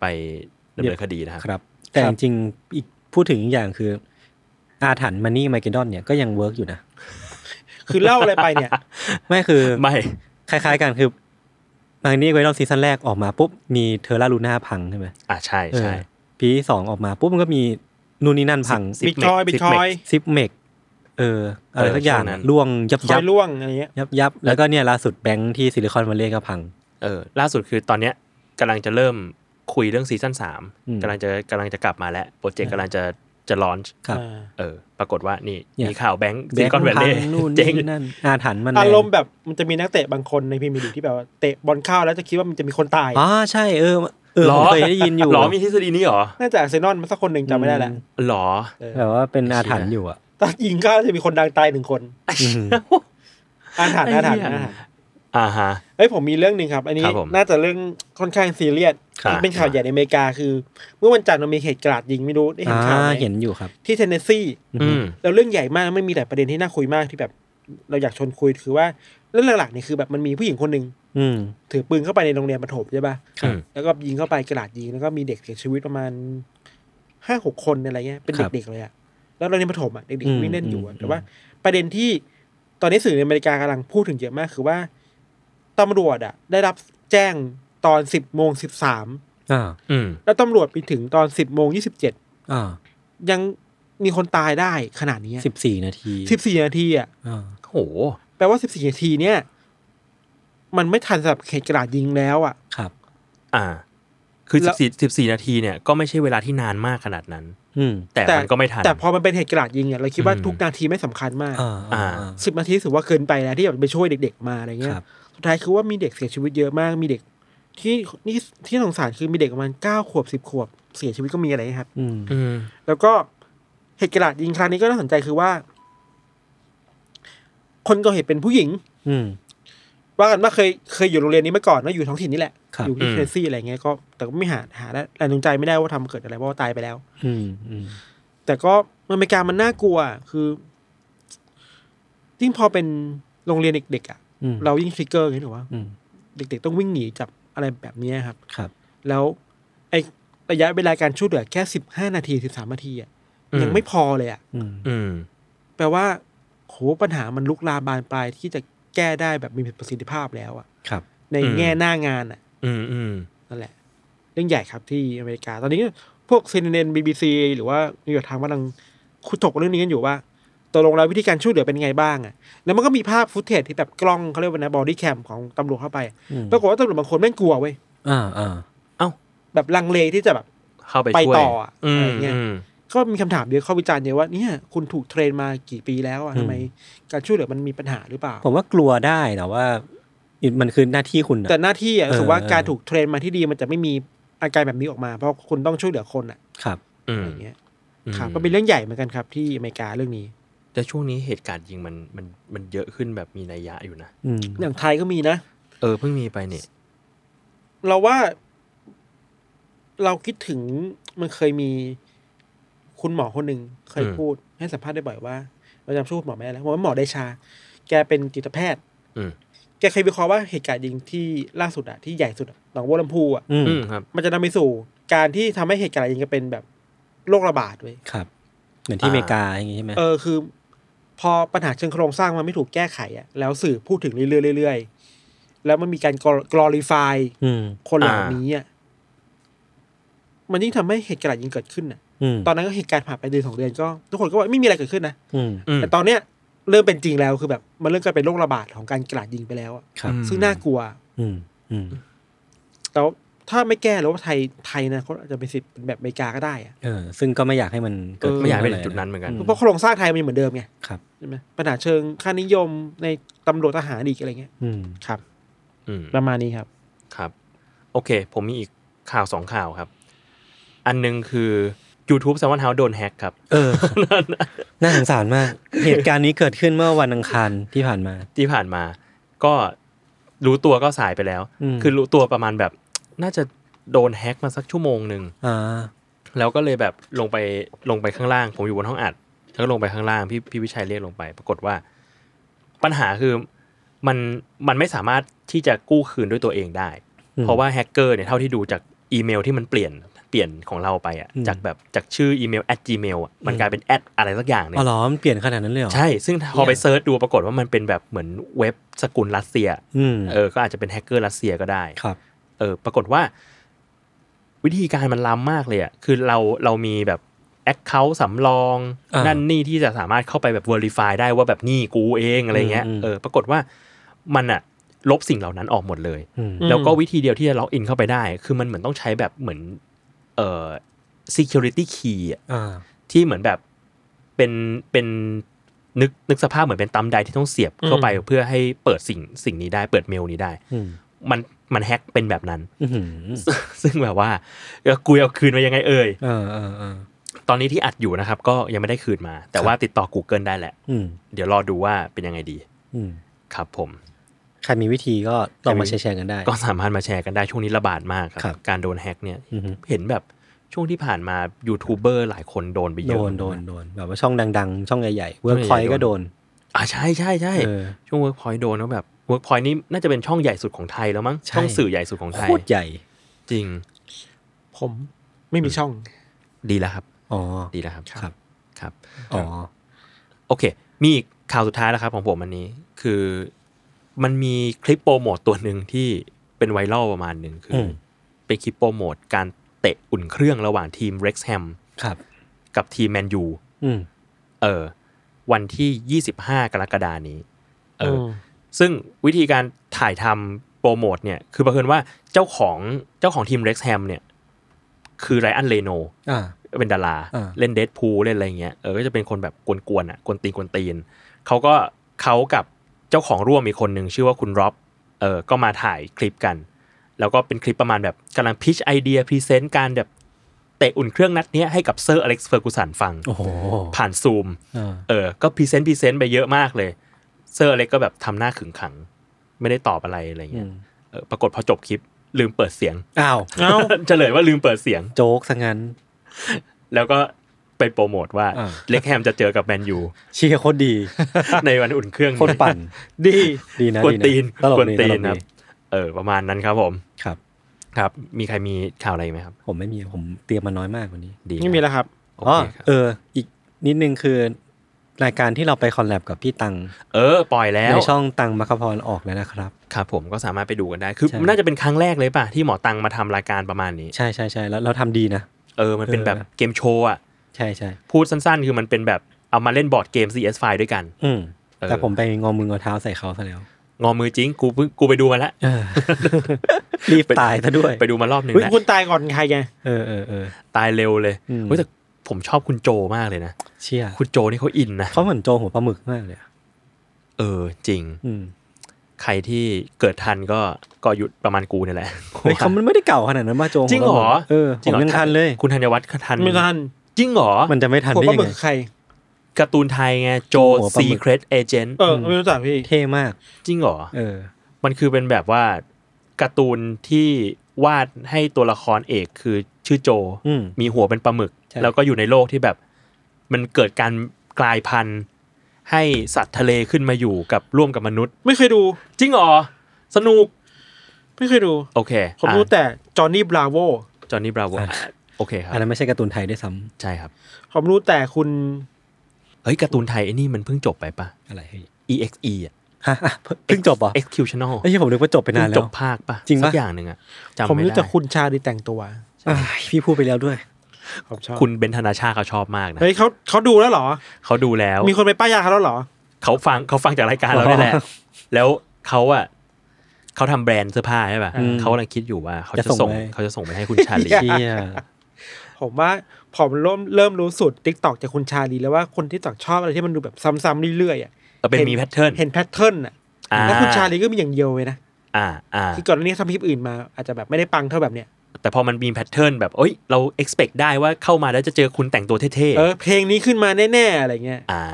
D: ไปดำ
B: เรี
D: เนิ
B: ย
D: น
B: บ
D: คดีนะครับ
B: ครับ แต่จริงๆอีกพูดถึงอีกอย่างคือ อาถรรพ์มันนี่ไมเกดอนเนี่ยก็ยังเวิร์กอยู่นะ
C: ๆคือเล่าอะไรไปเนี่ย
B: ไม่คือ
D: ไม่
B: คล้ายๆกันคือ บางนี่ไว้รอบซีซั่นแรกออกมาปุ๊บมีเทอร่าลูน่าพังใช่ไหม
D: อ่ะใช่ใช่
B: เออปีที่สองออกมาปุ๊บมันก็มีนู่นนี่นั่นพัง
C: บิ
D: ก
C: ทคอย
D: เม
C: บิ
D: ก
C: ทคอย
D: ซิกเมก
B: ซิปเมกเอออะไร
D: เออ
B: สักอย่าง
D: ช่วงนั้น
B: ล่วงยับ
C: ค
B: ยั
C: อบ ยล่วงอะไรเงี้ย
B: ยับยับแล้วก็เนี่ยล่าสุดแบงค์ที่ซิลิคอนวัลเลย์ก็พัง
D: เออล่าสุดคือตอนเนี้ยกำลังจะเริ่มคุยเรื่องซีซั่นสาม
B: อืม
D: กำลังจะกำลังจะกลับมาแล้วโปรเจกต์กำลังจะจะลอนช์
B: ครับ
D: เออ ปรากฏว่านี่
B: เนี่ย
D: มีข่าวแบงค์ซิลิคอนแวลเล
B: พั
D: ย์
B: นู่น
D: เจ๊ง
B: นี่นั่นอาถรรพ์มันแง
C: อารมณ์แบบมันจะมีนักเตะบางคนในพรีเมียร์ลีกที่แบบว่าเตะบอลเข้าแล้วจะคิดว่ามันจะมีคนตาย
B: อ๋อใช่เออเออ
D: หร
B: ผ
D: อ
B: มเคยได้ยินอยู่
D: หรอมีทฤษฎีนี้หรอ
C: น่าจะอาร์เซนอลมันสักคนหนึ่งจำไม่ได้แหละ
D: หรอ
B: แบบว่าเป็นอาถรรพ์อยู่อ่ะ
C: ตอนยิงก็จะมีคนดังตายหนึ่งคน
B: อืม
C: อาถรรพ์อาถรรพ์
D: ไอ้เหี้ย
C: อาถรรพ์
D: อ่าฮะ
C: เอ้ยผมมีเรื่องหนึ่งครับ อันนี้
D: ครับผม
C: น่าจะเรื่องค่อนข้างซีเรียส
D: ครับ
C: เป็นข่าวใหญ่ในอเมริกาคือ เมื่อวันจันทร์มันมีเหตุกราดยิงไม่รู้ได้เห็น
B: อ่า
C: ข่าวไหม
B: เห็นอยู่ครับ
C: ที่เทนเนสซี
D: อืม
C: แล้วเรื่องใหญ่มากไม่มีแต่ประเด็นที่น่าคุยมากที่แบบ เราอยากชวนคุยคือว่าเรื่องหลักๆเนี่ยคือแบบมันมีผู้หญิงคนหนึ่ง
B: อืม
C: ถือปืนเข้าไปในโรงเรียนประถมใช่ป่ะ
D: ครับ
C: แล้วก็ยิงเข้าไปกระดาษยิงแล้วก็มีเด็กเสียชีวิตประมาณห้าหกคนอะไรเงี้ยเป็น
B: ครับ
C: เด็กๆเลยอะแล้วโรงเรียนประถมอะเด็ก
B: อืม
C: ๆวิ่งเล่นอยู่อะ
B: อืม
C: แต่ว่า ประเด็นที่ตอนนี้สื่อในอเมริกากำลังพูดถึงเยอะมากคือว่าตำรวจอะได้รับแจ้งตอนสิบโมงสิบสาม
B: อ่า
D: อืม
C: แล้วตำรวจไปถึงตอนสิบโมงยี่สิบเจ็ด
B: อ่า
C: ยังมีคนตายได้ขนาดนี้
B: สิบสี่นาที
C: สิบสี่นาทีอะ
B: อ่า
D: โห
C: แปลว่า 14 นาทีเนี่ย มันไม่ทันสำหรับเขตกระดาษยิงแล้วอะ่ะ
B: ครับ
D: อ่า คือ
C: แล้
D: สิ
C: ว
D: บสี่สิบสี่นาทีเนี่ยก็ไม่ใช่เวลาที่นานมากขนาดนั้น
B: อืม
D: แต่มันก็ไม่ทัน
C: แต่พอมันเป็นเหตุกระดาษยิงเนี่ยเราคิดว่า
D: อืม
C: ทุกนาทีไม่สำคัญมาก
B: อ่าอ่า
C: สิบนาทีถือว่าเกินไปแล้วที่แบบไปช่วยเด็กๆมาอะไรเงี้ย
B: ครับ
C: สุดท้ายคือว่ามีเด็กเสียชีวิตเยอะมาก มีเด็ก ที่นี่ที่สงสารคือมีเด็กประมาณเก้าขวบสิบขวบเสียชีวิตก็มีอะไรเงี้ยครับ
B: อืม
D: อืม
C: แล้วก็เหตุกระดาษยิงครั้งนี้ก็น่าสนใจคือว่า คนก่อเหตุเป็นผู้หญิง
B: อืม
C: ว่ากันว่าเคยเคยอยู่โรงเรียนนี้มาก่อนนะอยู่ท้องถิ่นนี่แหละ
B: ครับ
C: อยู่ที่
D: อืม
C: เทนซีอะไรเงี้ยก็แต่ก็ไม่หาหาและแรงจูงใจไม่ได้ว่าทำเกิดอะไรเพราะว่าตายไปแล้ว
B: อืมอืม
C: แต่ก็อเมริกามันน่ากลัวคือยิ่งพอเป็นโรงเรียนเด็กๆอ่ะ
B: อืม
C: เรายิ่งทริกเกอร์เห็นหรือว่า
B: อืม
C: เด็กๆต้องวิ่งหนีจากอะไรแบบเนี้ยครับ
B: ครับ
C: แล้วไอระยะเวลาการช่วยเหลือแค่สิบห้านาทีสิบสามนาทีอ่ะ
D: อืม
C: ยังไม่พอเลยอ่ะ
B: อืม
D: อืม
C: แปลว่าโหปัญหามันลุกลามบานปลายที่จะแก้ได้แบบมีประสิทธิภาพแล้วอ่ะ
B: ครับ
C: ใน
D: อืม
C: แง่หน้างานอ่ะ
D: อืมอืม
C: นั่นแหละ เรื่องใหญ่ครับที่อเมริกา ตอนนี้พวก CNN BBC หรือว่านิวยอร์กไทม์กำลังคุยถกเรื่องนี้กันอยู่ว่าตกลงแล้ววิธีการช่วยเหลือเป็นไงบ้างอะแล้วมันก็มีภาพฟุตเทจที่แบบกล้องเขาเรียกว่านะบอดี้แคมของตำรวจเข้าไปอะ
B: อืม
C: ปรากฏว่าตำรวจบางคนแม่งกลัวเว้ย
B: อ่าอ่า
C: แบบลังเลที่จะแบบ
D: เข้าไป
C: ไป
D: ช่วย
C: ต่ออ่ะ
D: อื
C: อะไร
D: ม
C: เงี้ย
D: อืม
C: ก็มีคำถามเยอะเข้าวิจารณ์เยอะว่าเนี่ยคุณถูกเทรนมากี่ปีแล้วอะทำไมการช่วยเหลือมันมีปัญหาหรือเปล่า
B: ผมว่ากลัวได้แต่ว่ามันคือหน้าที่คุณอะ
C: แต่หน้าที่อะ
B: เออ
C: รู้สึกว่า
B: เออ
C: การถูกเทรนมาที่ดีมันจะไม่มีอาการแบบนี้ออกมา เพราะคุณต้องช่วยเหลือคนอะ
B: ครับ
D: อื
C: อะไร
D: ม
C: เงี้ย
D: อืม
C: ครับก็เป็นเรื่องใหญ่เหมือนกันครับ ที่อเมริกาเรื่องนี้
D: แต่ช่วงนี้เหตุการณ์ยิงมันมันมันเยอะขึ้นแบบมีนัยยะอยู่นะ
B: อืม
C: อย่างไทยก็มีนะ
D: เออเพิ่งมีไปเนี่ย
C: เราว่า เราคิดถึงมันเคยมีคุณหมอคนหนึ่งเคย
D: อืม
C: พูด ให้สัมภาษณ์ได้บ่อยว่าเราจำชื่อคุณหมอไม่ได้แล้วผมว่าหมอเดชา แกเป็นจิตแพทย์
D: อืม
C: แกเคยวิเคราะห์ว่าเหตุการณ์ยิงที่ล่าสุดอะที่ใหญ่สุดอะหนองบัวลำพูอะ
B: อืม
D: อืมครับ
C: มันจะนำไปสู่การที่ทำให้เหตุการณ์ยิงกนเป็นแบบโรคระบาดเว้ย
B: ครับ เหมือนที่อเมริกาอย่างงี้ใช่ไหม
C: เออคือ พอปัญหาเชิงโครงสร้างมันไม่ถูกแก้ไขอะแล้วสื่อพูดถึงเรื่อยๆเรื่อยๆแล้วมันมีการกลอริฟาย
B: อืม
C: คนเหล่า
D: อ่า
C: นี้อ่ะมันยิ่งทำให้เหตุการณ์ยิงเกิดขึ้นน่ะ
B: อืม
C: ตอนนั้นก็เหตุการณ์ผ่านไปเดือนสองเดือนก็ทุกคนก็ว่าไม่มีอะไรเกิดขึ้นนะ
B: อืม
D: อืม
C: แต่ตอนเนี้ยเริ่มเป็นจริงแล้วคือแบบ มันเริ่มกลายเป็นโรคระบาดของการกราดยิงไปแล้วอะ
B: ครับ
D: อืม
C: ซึ่งน่ากลัว
B: อืมอืม
C: แต่ว่าถ้าไม่แก้แล้วว่าไทยไทยนะเขาอาจจะเป็นสิทธิ์เป็นแบบอเมริกาก็ได้อะ
B: เออ ซึ่งก็ไม่อยากให้มันเกิด
D: ไม่อยากไปถึงจุดนั้นเหมือนกัน
C: เพราะโครงสร้างไทยมันยังเหมือนเดิมไง
B: ครับ
C: ใช่ไหมปัญหาเชิงค่านิยมในตำรวจทหารอีกอะไรเงี้ย
B: อืม
C: ครับ
D: อืม
C: ประมาณนี้ครับ
D: ครับ โอเค ผมมีอีกข่าวสองข่าวครับ อันหนึงคือ YouTube s ซ m o n House โดนแฮกครับ
B: เออครับน่าสงสารมาก เหตุการณ์นี้เกิดขึ้นเมื่อวันอังคารที่ผ่านมา
D: ที่ผ่านมา ก็รู้ตัวก็สายไปแล้ว
B: อืม
D: คือรู้ตัวประมาณแบบ น่าจะโดนแฮกมาสักชั่วโมงหนึ่ง
B: อ่า
D: แล้วก็เลยแบบลงไปลงไปข้างล่าง ผมอยู่บนห้องอัดแล้วก็ลงไปข้างล่างพี่พี่วิชัยเรียกลงไป ปรากฏว่า ปัญหาคือมันมันไม่สามารถที่จะกู้คืนด้วยตัวเองได้
B: อืม
D: เพราะว่าแฮกเกอร์เนี่ยเท่าที่ดูจาก อีเมลที่มันเปลี่ยนเปลี่ยนของเราไปอ่ะ
B: อืม
D: จากแบบจากชื่ออีเมล at gmail อ่ะมันกลายเป็น at อะไรสักอย่างเนี่ย
B: อ๋อเหรอมันเปลี่ยนขนาดนั้นเลยเหรอ
D: ใช่ ซึ่งพอไปเซิร์ชดูปรากฏว่ามันเป็นแบบเหมือนเว็บสกุลรัสเซีย
B: อืม
D: เออ ก็อาจจะเป็นแฮกเกอร์รัสเซียก็ได้
B: ครับ
D: เออ ปรากฏว่า วิธีการมันล้ำมากเลยอ่ะ คือเราเรามีแบบแอคเคาท์สำรอง
B: อ่านั่
D: นั่นนี่ที่จะสามารถเข้าไปแบบ Verify ได้ว่าแบบนี่กูเองอะไรเงี้ย
B: อืมอืม
D: เออ ปรากฏว่ามันอ่ะ ลบสิ่งเหล่านั้นออกหมดเลย
B: อืม
D: แล้วก็วิธีเดียวที่จะล็อกอินเข้าไปได้ คือมันเหมือนต้องใช้แบบเหมือน เอ่อ security key อะ
B: อ่า
D: ที่เหมือนแบบเป็นเป็นนึกนึกสภาพเหมือนเป็นตำไดที่ต้องเสียบเข้าไปเพื่อให้เปิดสิ่งสิ่งนี้ได้เปิดเมลนี้ได้
B: อืม
D: มันมันแฮ็กเป็นแบบนั้น
B: อื้อหือ
D: ซึ่งแบบว่าเออกูเอาคืนมายังไงเอ่ย
B: เออเออเออ
D: ตอนนี้ที่อัดอยู่นะครับ ก็ยังไม่ได้คืนมา แต่ว่าติดต่อ Google ได้แหละ
B: อืม
D: เดี๋ยวรอดูว่าเป็นยังไงดี
B: อืม
D: ครับผม
B: ใครมีวิธีก็ลองมาแชร์ๆกันได้
D: ก็สามารถมาแชร์กันได้ช่วงนี้ระบาดมากค
B: ครั
D: รับ
B: บ
D: การโดนแฮ็กเนี่ย
B: อือหือ
D: เห็นแบบช่วงที่ผ่านมายูทูบเบอร์หลายคนโดนไปเย
B: โด
D: อะ
B: นโดนโดนแบบว่าช่องดังๆ ช่องใหญ่ๆเวิร์กพอยก็โดน
D: อ่ะใช่ใช่ใช่
B: เออ
D: ช่วง Workpoint โดนแล้วแบบ Workpoint นี่น่าจะเป็นช่องใหญ่สุดของไทยแล้วมั้ง
B: ใช่
D: ช่องสื่อใหญ่สุดของไท
B: โค
D: ย
B: ตรใหญ่
D: จริง
C: ผมไม่มีช่อง
D: ดีแล้วครับ
B: อ๋อ
D: ดีแล้วครับ
B: ครับ
D: ครับ
B: อ๋อ
D: โอเค มีอีกข่าวสุดท้ายแล้วครับ ของผมอันนี้คือมันมีคลิปโปรโมทตัวหนึ่งที่เป็นไวรัลประมาณหนึ่งคืออ
B: ม
D: เป็นคลิปโปรโมทการเตะอุ่นเครื่องระหว่างทีมเร็กซ์แฮม
B: ครับ
D: กับทีมแมนยู
B: อืม
D: เออวันที่ 25 กรกฎานี้ เออ
C: ม
D: ซึ่งวิธีการถ่ายทำโปรโมทเนี่ย คือบังเอิญว่าเจ้าของเจ้าของทีมเร็กซ์แฮมเนี่ย คือไรอันเลโน
B: อ่า
D: เป็นดารา
B: อ่า
D: เล่นเด p พูเล่นอะไรเงี้ยเออก็จะเป็นคนแบบกวนๆอ่ะกวนตีนกวนตีนเขาก็เขากับเจ้าของร่วมอีกคนหนึ่งชื่อว่าคุณร็อบเออก็มาถ่ายคลิปกัน แล้วก็เป็นคลิปประมาณแบบกำลังพิชไอเดียพรีเซนต์การแบบเตะอุ่นเครื่องนัดเนี้ยให้กับเซอร์อเล็กซ์เฟอร์กูสันฟัง
B: โอ้โห
D: ผ่านซูม
B: อ่า
D: เออ ก็พรีเซนต์พรีเซนต์ไปเยอะมากเลย เซอร์อเล็กก็แบบทำหน้าขึงขัง ไม่ได้ตอบอะไรอะไร
B: อื
D: เงี้ย
B: ม
D: เออปรากฏพอจบคลิปลืมเปิดเสียง
B: อ้าว
D: เฉลยว่าลืมเปิดเสียง
B: โจ๊กซะงั้น
D: แล้วก็ไปโปรโมทว่า
B: อ่า
D: เล็กแฮมจะเจอกับแมน ยู
B: เชียร์โคตรดี
D: ในวันอุ่นเครื่อง
B: โคตรปั่น
D: ดี
B: ดีนะ
D: กวน
B: ดีะ
D: ตีน
B: ตลก
D: กวน
B: ดี
D: ตี
B: ตลก
D: นค
B: ดี
D: รับเออ ประมาณนั้นครับผม
B: ครับ
D: ครับ มีใครมีข่าวอะไรไหมครับ
B: ผมไม่มี ผมเตรียมมาน้อยมากกว่านี้
D: ดี
C: ไม่มีแล้วครับ
D: โอ
B: อ๋อ
D: เคครับ
B: เออ อีกนิดนึงคือรายการที่เราไปคอลแลบกับพี่ตัง
D: เออ ปล่อยแล้ว
B: ในช่องตังมัคคพรออกแล้วนะครับ
D: ครับผมก็สามารถไปดูกันได้ คือ
B: ใช่
D: มันน่าจะเป็นครั้งแรกเลยป่ะที่หมอตังมาทำรายการประมาณนี้
B: ใช่ใช่ใช่แล้วเราทำดีนะ
D: เออ มันเป็นแบบ
B: เออ
D: เกมโชว์อ่ะ
B: ใช่ใช่
D: พูดสั้นๆ คือมันเป็นแบบเอามาเล่นบอร์ดเกม CS5 ด้วยกัน
B: อืม
D: เออ
B: แต่ผมไปงอมืองอเท้าใส่เขาซะแล้ว
D: งอมือจริง กูเพิ่งกูไปดูมาแล้ว
B: รีบตายซะด้วย
D: ไปดูมารอบหนึ่ง
C: เฮ้ย
D: แล้ว
C: คุณตายก่อนใครไง
B: เออเออเออ
D: ตายเร็วเลย
B: อืม
D: เฮ้ยแต่ผมชอบคุณโจมากเลยนะ
B: เชี่ย
D: คุณโจนี่เขาอินนะ
B: เขาเหมือนโจหัวปลาหมึกมากเลยอะ
D: เออจริง
B: อืม
D: ใครที่เกิดทันก็ก็หยุดประมาณกูเนี่ยแหละ
B: เฮ้ยเขามันไม่ได้เก่าขนาดนั้นป่ะโจ
D: จริงเหร
B: วป
D: อ
B: ลามึกะเออผ
D: จริ
B: ม
D: หรอ
B: ยังทันเลย
D: คุณธัญวัฒน์ก็ทัน
C: ไม่ทัน
D: จริงเหรอ
B: มันจะไม่ทัน
C: ผม
B: ได้
C: ป
B: ยั
C: ลาห
B: ง
C: มึ
B: ไง
C: กใคร
D: การ์ตูนไทยไงโจ
B: โอ้โหปลาหมึก
D: Secret Agent
C: เออ ไม่รู้จักพี่
B: เท่มาก
D: จริงเหรอ
B: เออ
D: มันคือเป็นแบบว่าการ์ตูนที่วาดให้ตัวละครเอกคือชื่อโจ
B: อืม
D: มีหัวเป็นปลาหมึก
B: ใช่
D: แล้วก็อยู่ในโลกที่แบบมันเกิดการกลายพันธุ์ ให้สัตว์ทะเลขึ้นมาอยู่กับร่วมกับมนุษย์
C: ไม่เคยดู
D: จริงเหรอ สนุก
C: ไม่เคยดู
D: โอเค
C: ผมรู้แต่จอห์นนี่บราโว
D: จอห์นนี่บราโวโอเคครับ
B: อันนั้นไม่ใช่การ์ตูนไทยด้วยซ้ำ
D: ใช่ครับ
C: ผมรู้แต่คุณ
D: เฮ้ยการ์ตูนไทยไอ้นี่มันเพิ่งจบไปปะ
B: อะไรเฮ้ย
D: EXE อะ
B: ฮะอ่ะเพิ่งเพิ่งจบเหรอ
D: Executional
B: ไอ้ที่ผมนึกว่าจบไป
D: เพิ่
B: นาง น
D: จ
B: แล้
D: บ
B: ว
D: ภาคปะ
B: จริงปะ
D: สักอย่างหนึ่งอะจำ
C: ผม
D: ไม่
C: รู้
D: ได้
C: จักคุณชาดีแต่งตัว
B: อ้ายพี่พูดไปแล้วด้วย
C: ผมชอบ
D: คุณเบนธนาชาเขาชอบมากนะ
C: เฮ้ยเขาเขาดูแล้วเหรอ
D: เขาดูแล้ว
C: มีคนไปป้ายยาเขาแล้วเหรอ
D: เขาฟังเขาฟังจากรายการเราได้แหละ แล้วเขาอ่ะเขาทำแบรนด์เสื้อผ้าใช่ป่ะ
B: อืม
D: เขากำลังคิดอยู่ว่าเขาจะ
B: จะส่
D: ส่ง
B: งไป
D: เขาจะส่งไปให้คุณชาลี
B: เชี่ย
C: ผมว่าผมเริ่มเริ่มรู้สูตรติ๊กตอกจากคุณชาลีแล้วว่าคนที่ตอกชอบอะไรที่มันดูแบบซ้ำๆเรื่อยๆอ่ะ
D: ก็เป็นมีแพทเทิร์น
C: เห็นแพทเทิร์นอ่ะ
D: อ่า
C: แล้วคุณชาลีก็มีอย่างเดียวเลยนะ
D: อ่าอ่า
C: คือก่อนหน้านี้ทำคลิปอื่นมาอาจจะแบบไม่ได้ปังเท่าแบบเนี้ย
D: แต่พอมันมีแพทเทิร์นแบบเอ้ยเรา expect ได้ว่าเข้ามาแล้วจะเจอคุณแต่งตัวเท่
C: เออ เพลงนี้ขึ้นมาแน่ๆอะไรเงี้ย
D: ๆอ่า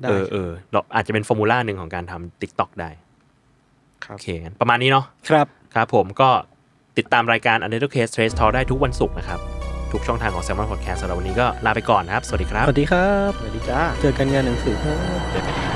C: ได้
D: เออเออเราอาจจะเป็นฟอร์มูล่าหนึ่งของการทำ TikTok ได้
C: ครับ
D: โอเคงั้นประมาณนี้เนาะ
B: ครับ
D: ครับผมก็ติดตามรายการ u n d e r t a l Case Trace Talk ได้ทุกวันศุกร์นะครับ ทุกช่องทางของ Salmon Podcast สำหรับวันนี้ก็ลาไปก่อนนะครับ สวัสดีครับ
B: สวัสดีครับ
C: สวัสดีจ้า
B: เจอกันงานหนังสือครับ
D: เจอกันครับ